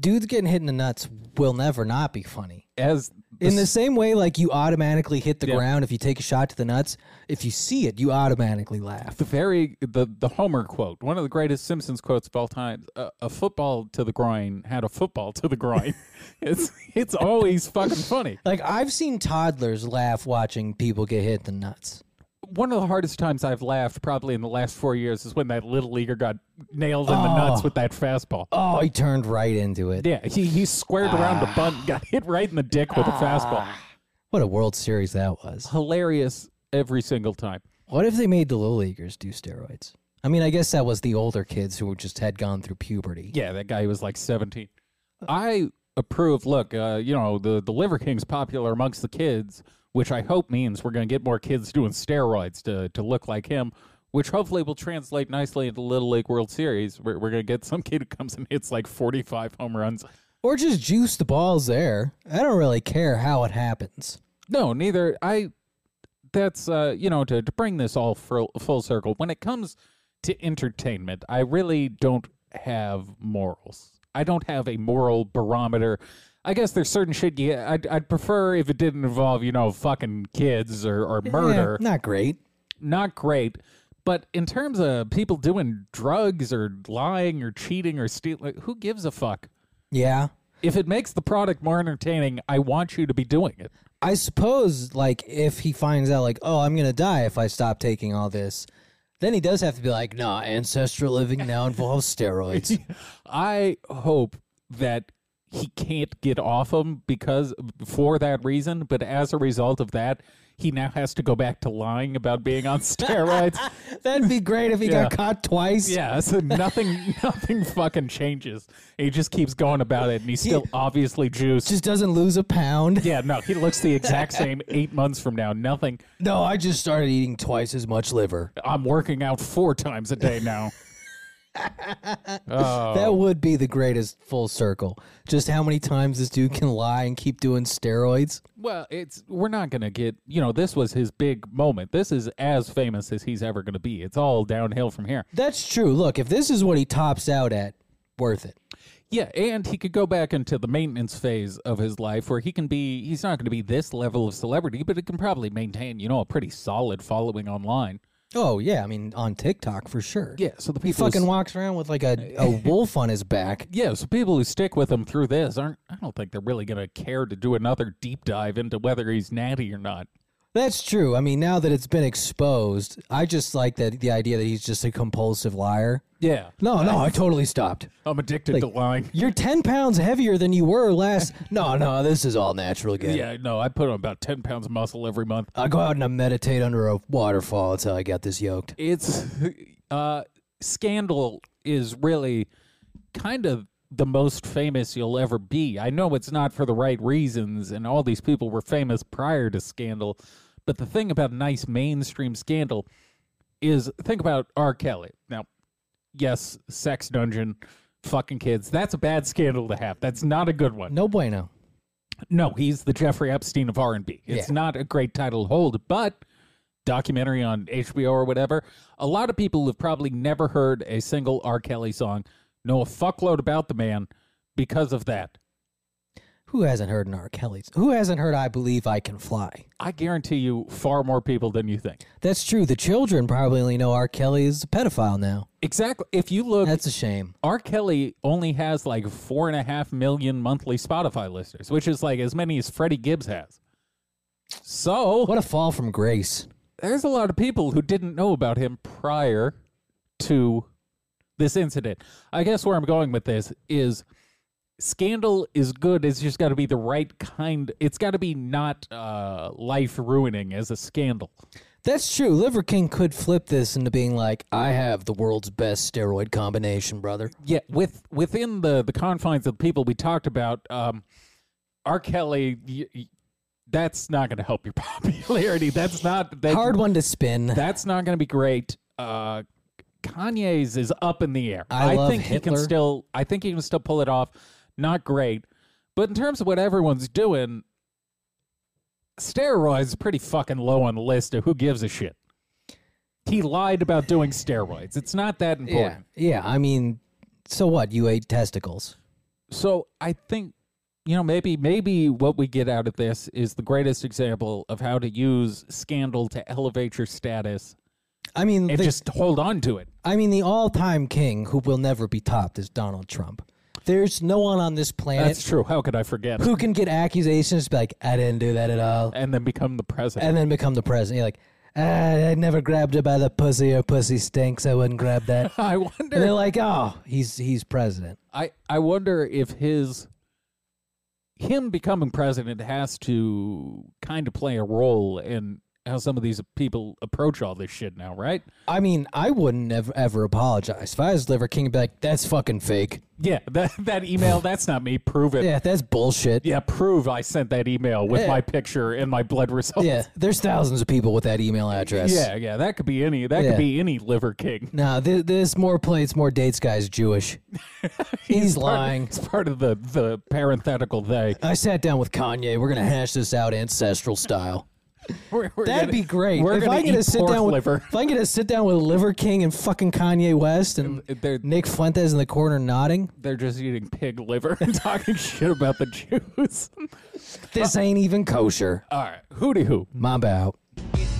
[SPEAKER 2] dudes getting hit in the nuts will never not be funny.
[SPEAKER 1] as
[SPEAKER 2] In the same way like you automatically hit the
[SPEAKER 1] Yeah.
[SPEAKER 2] ground if you take a shot to the nuts, if you see it, you automatically laugh.
[SPEAKER 1] the very the the Homer quote, one of the greatest Simpsons quotes of all time. A, a football to the groin had a football to the groin. it's it's always fucking funny.
[SPEAKER 2] Like I've seen toddlers laugh watching people get hit in the nuts.
[SPEAKER 1] One of the hardest times I've laughed probably in the last four years is when that little leaguer got nailed in the nuts with that fastball.
[SPEAKER 2] Oh, he turned right into it.
[SPEAKER 1] Yeah, he he squared around the bunt, got hit right in the dick with a fastball.
[SPEAKER 2] What a World Series that was.
[SPEAKER 1] Hilarious every single time.
[SPEAKER 2] What if they made the little leaguers do steroids? I mean, I guess that was the older kids who just had gone through puberty.
[SPEAKER 1] Yeah, that guy was like 17. I approve. Look, uh, you know, the, the Liver King's popular amongst the kids, which I hope means we're going to get more kids doing steroids to, to look like him, which hopefully will translate nicely into Little League World Series. We're, we're going to get some kid who comes and hits like 45 home runs.
[SPEAKER 2] Or just juice the balls there. I don't really care how it happens.
[SPEAKER 1] No, neither. I. That's uh, you know, to, to bring this all full, full circle. When it comes to entertainment, I really don't have morals. I don't have a moral barometer. I guess there's certain shit. Yeah, I'd, I'd prefer if it didn't involve you know fucking kids or or murder.
[SPEAKER 2] Yeah, not great.
[SPEAKER 1] Not great. But in terms of people doing drugs or lying or cheating or stealing, who gives a fuck?
[SPEAKER 2] Yeah.
[SPEAKER 1] If it makes the product more entertaining, I want you to be doing it.
[SPEAKER 2] I suppose, like, if he finds out, like, oh, I'm going to die if I stop taking all this, then he does have to be like, nah, ancestral living now involves steroids.
[SPEAKER 1] I hope that he can't get off him because for that reason, but as a result of that, he now has to go back to lying about being on steroids.
[SPEAKER 2] That'd be great if he
[SPEAKER 1] Yeah.
[SPEAKER 2] got caught twice.
[SPEAKER 1] yeah, so nothing nothing fucking changes. He just keeps going about it and he's still obviously juiced.
[SPEAKER 2] Just doesn't lose a pound.
[SPEAKER 1] yeah, no, he looks the exact same 8 months from now. Nothing.
[SPEAKER 2] No, I just started eating twice as much liver.
[SPEAKER 1] I'm working out 4 times a day now. Oh.
[SPEAKER 2] That would be the greatest full circle. Just how many times this dude can lie and keep doing steroids.
[SPEAKER 1] Well, it's we're not gonna get you know this was his big moment. This is as famous as he's ever gonna be. It's all downhill from here.
[SPEAKER 2] That's true. Look, if this is what he tops out at, worth it.
[SPEAKER 1] Yeah, and he could go back into the maintenance phase of his life where he can be. He's not gonna be this level of celebrity, but it can probably maintain you know a pretty solid following online.
[SPEAKER 2] Oh yeah, I mean on TikTok for sure.
[SPEAKER 1] Yeah, so the
[SPEAKER 2] He
[SPEAKER 1] people who
[SPEAKER 2] fucking
[SPEAKER 1] s-
[SPEAKER 2] walks around with like a, a wolf on his back.
[SPEAKER 1] yeah, so people who stick with him through this aren't. I don't think they're really gonna care to do another deep dive into whether he's natty or not.
[SPEAKER 2] That's true. I mean, now that it's been exposed, I just like that the idea that he's just a compulsive liar.
[SPEAKER 1] Yeah,
[SPEAKER 2] No, no, I totally stopped.
[SPEAKER 1] I'm addicted to lying.
[SPEAKER 2] You're ten pounds heavier than you were last. No, no, this is all natural again.
[SPEAKER 1] Yeah, no, I put on about ten pounds of muscle every month.
[SPEAKER 2] I go out and I meditate under a waterfall. That's how I got this yoked.
[SPEAKER 1] it's uh scandal is really kind of the most famous you'll ever be i know it's not for the right reasons and all these people were famous prior to scandal but the thing about nice mainstream scandal is think about r kelly now yes sex dungeon fucking kids that's a bad scandal to have that's not a good one
[SPEAKER 2] No bueno.
[SPEAKER 1] no, he's the Jeffrey Epstein of R and B. It's
[SPEAKER 2] Yeah.
[SPEAKER 1] not a great title to hold, but documentary on HBO or whatever. A lot of people have probably never heard a single R. Kelly song, know a fuckload about the man because of that.
[SPEAKER 2] Who hasn't heard an R. Kelly's? Who hasn't heard I Believe I Can Fly?
[SPEAKER 1] I guarantee you, far more people than you think.
[SPEAKER 2] That's true. The children probably only know R. Kelly is a pedophile now.
[SPEAKER 1] Exactly. If you look,
[SPEAKER 2] That's a shame.
[SPEAKER 1] R. Kelly only has like four and a half million monthly Spotify listeners, which is like as many as Freddie Gibbs has. So
[SPEAKER 2] What a fall from grace.
[SPEAKER 1] there's a lot of people who didn't know about him prior to this incident. I guess where I'm going with this is Scandal is good. It's just got to be the right kind. It's got to be not uh, life ruining as a scandal.
[SPEAKER 2] That's true. Liver King could flip this into being like, I have the world's best steroid combination, brother.
[SPEAKER 1] Yeah, with within the the confines of the people we talked about, um, R. Kelly, y- y- that's not going to help your popularity. That's not that,
[SPEAKER 2] Hard one to spin.
[SPEAKER 1] That's not going to be great. Uh, Kanye's is up in the air.
[SPEAKER 2] I love
[SPEAKER 1] think he
[SPEAKER 2] Hitler.
[SPEAKER 1] can still. I think he can still pull it off. Not great, but in terms of what everyone's doing, steroids is pretty fucking low on the list of who gives a shit. He lied about doing steroids. It's not that important.
[SPEAKER 2] yeah. Yeah. I mean, so what? You ate testicles.
[SPEAKER 1] so I think you know maybe maybe what we get out of this is the greatest example of how to use scandal to elevate your status
[SPEAKER 2] I mean,
[SPEAKER 1] and
[SPEAKER 2] the,
[SPEAKER 1] just hold on to it.
[SPEAKER 2] I mean, the all-time king who will never be topped is Donald Trump. There's no one on this planet
[SPEAKER 1] That's true. How could I forget?
[SPEAKER 2] who can get accusations be like, I didn't do that at all,
[SPEAKER 1] And then become the president.
[SPEAKER 2] and then become the president. You're like, ah, I never grabbed her by the pussy. Her pussy stinks. I wouldn't grab that.
[SPEAKER 1] I
[SPEAKER 2] and they're
[SPEAKER 1] wonder.
[SPEAKER 2] like, oh, he's he's president.
[SPEAKER 1] I I wonder if his him becoming president has to kind of play a role in how some of these people approach all this shit now, right?
[SPEAKER 2] I mean, I wouldn't ever, ever apologize. If I was Liver King, I'd be like, that's fucking fake.
[SPEAKER 1] Yeah, that that email. That's not me. Prove it.
[SPEAKER 2] Yeah, that's bullshit.
[SPEAKER 1] Yeah, prove I sent that email with
[SPEAKER 2] Yeah.
[SPEAKER 1] my picture and my blood results.
[SPEAKER 2] Yeah, there's thousands of people with that email address.
[SPEAKER 1] Yeah, yeah, that could be any. That
[SPEAKER 2] Yeah.
[SPEAKER 1] could be any liver king.
[SPEAKER 2] No, th- this more plates, more dates guy's Jewish. He's lying.
[SPEAKER 1] It's part of the the parenthetical they.
[SPEAKER 2] I sat down with Kanye. We're gonna hash this out ancestral style.
[SPEAKER 1] We're- we're
[SPEAKER 2] That'd
[SPEAKER 1] gonna-
[SPEAKER 2] be great.
[SPEAKER 1] We're
[SPEAKER 2] if
[SPEAKER 1] gonna
[SPEAKER 2] I get
[SPEAKER 1] eat
[SPEAKER 2] to sit
[SPEAKER 1] pork
[SPEAKER 2] down with
[SPEAKER 1] liver.
[SPEAKER 2] if I get to sit down with Liver King and fucking Kanye West and
[SPEAKER 1] They're
[SPEAKER 2] Nick Fuentes in the corner nodding.
[SPEAKER 1] they're just eating pig liver and talking shit about the Jews.
[SPEAKER 2] This ain't even kosher.
[SPEAKER 1] All right, hooty hoo.
[SPEAKER 2] Mamba out.
[SPEAKER 3] Get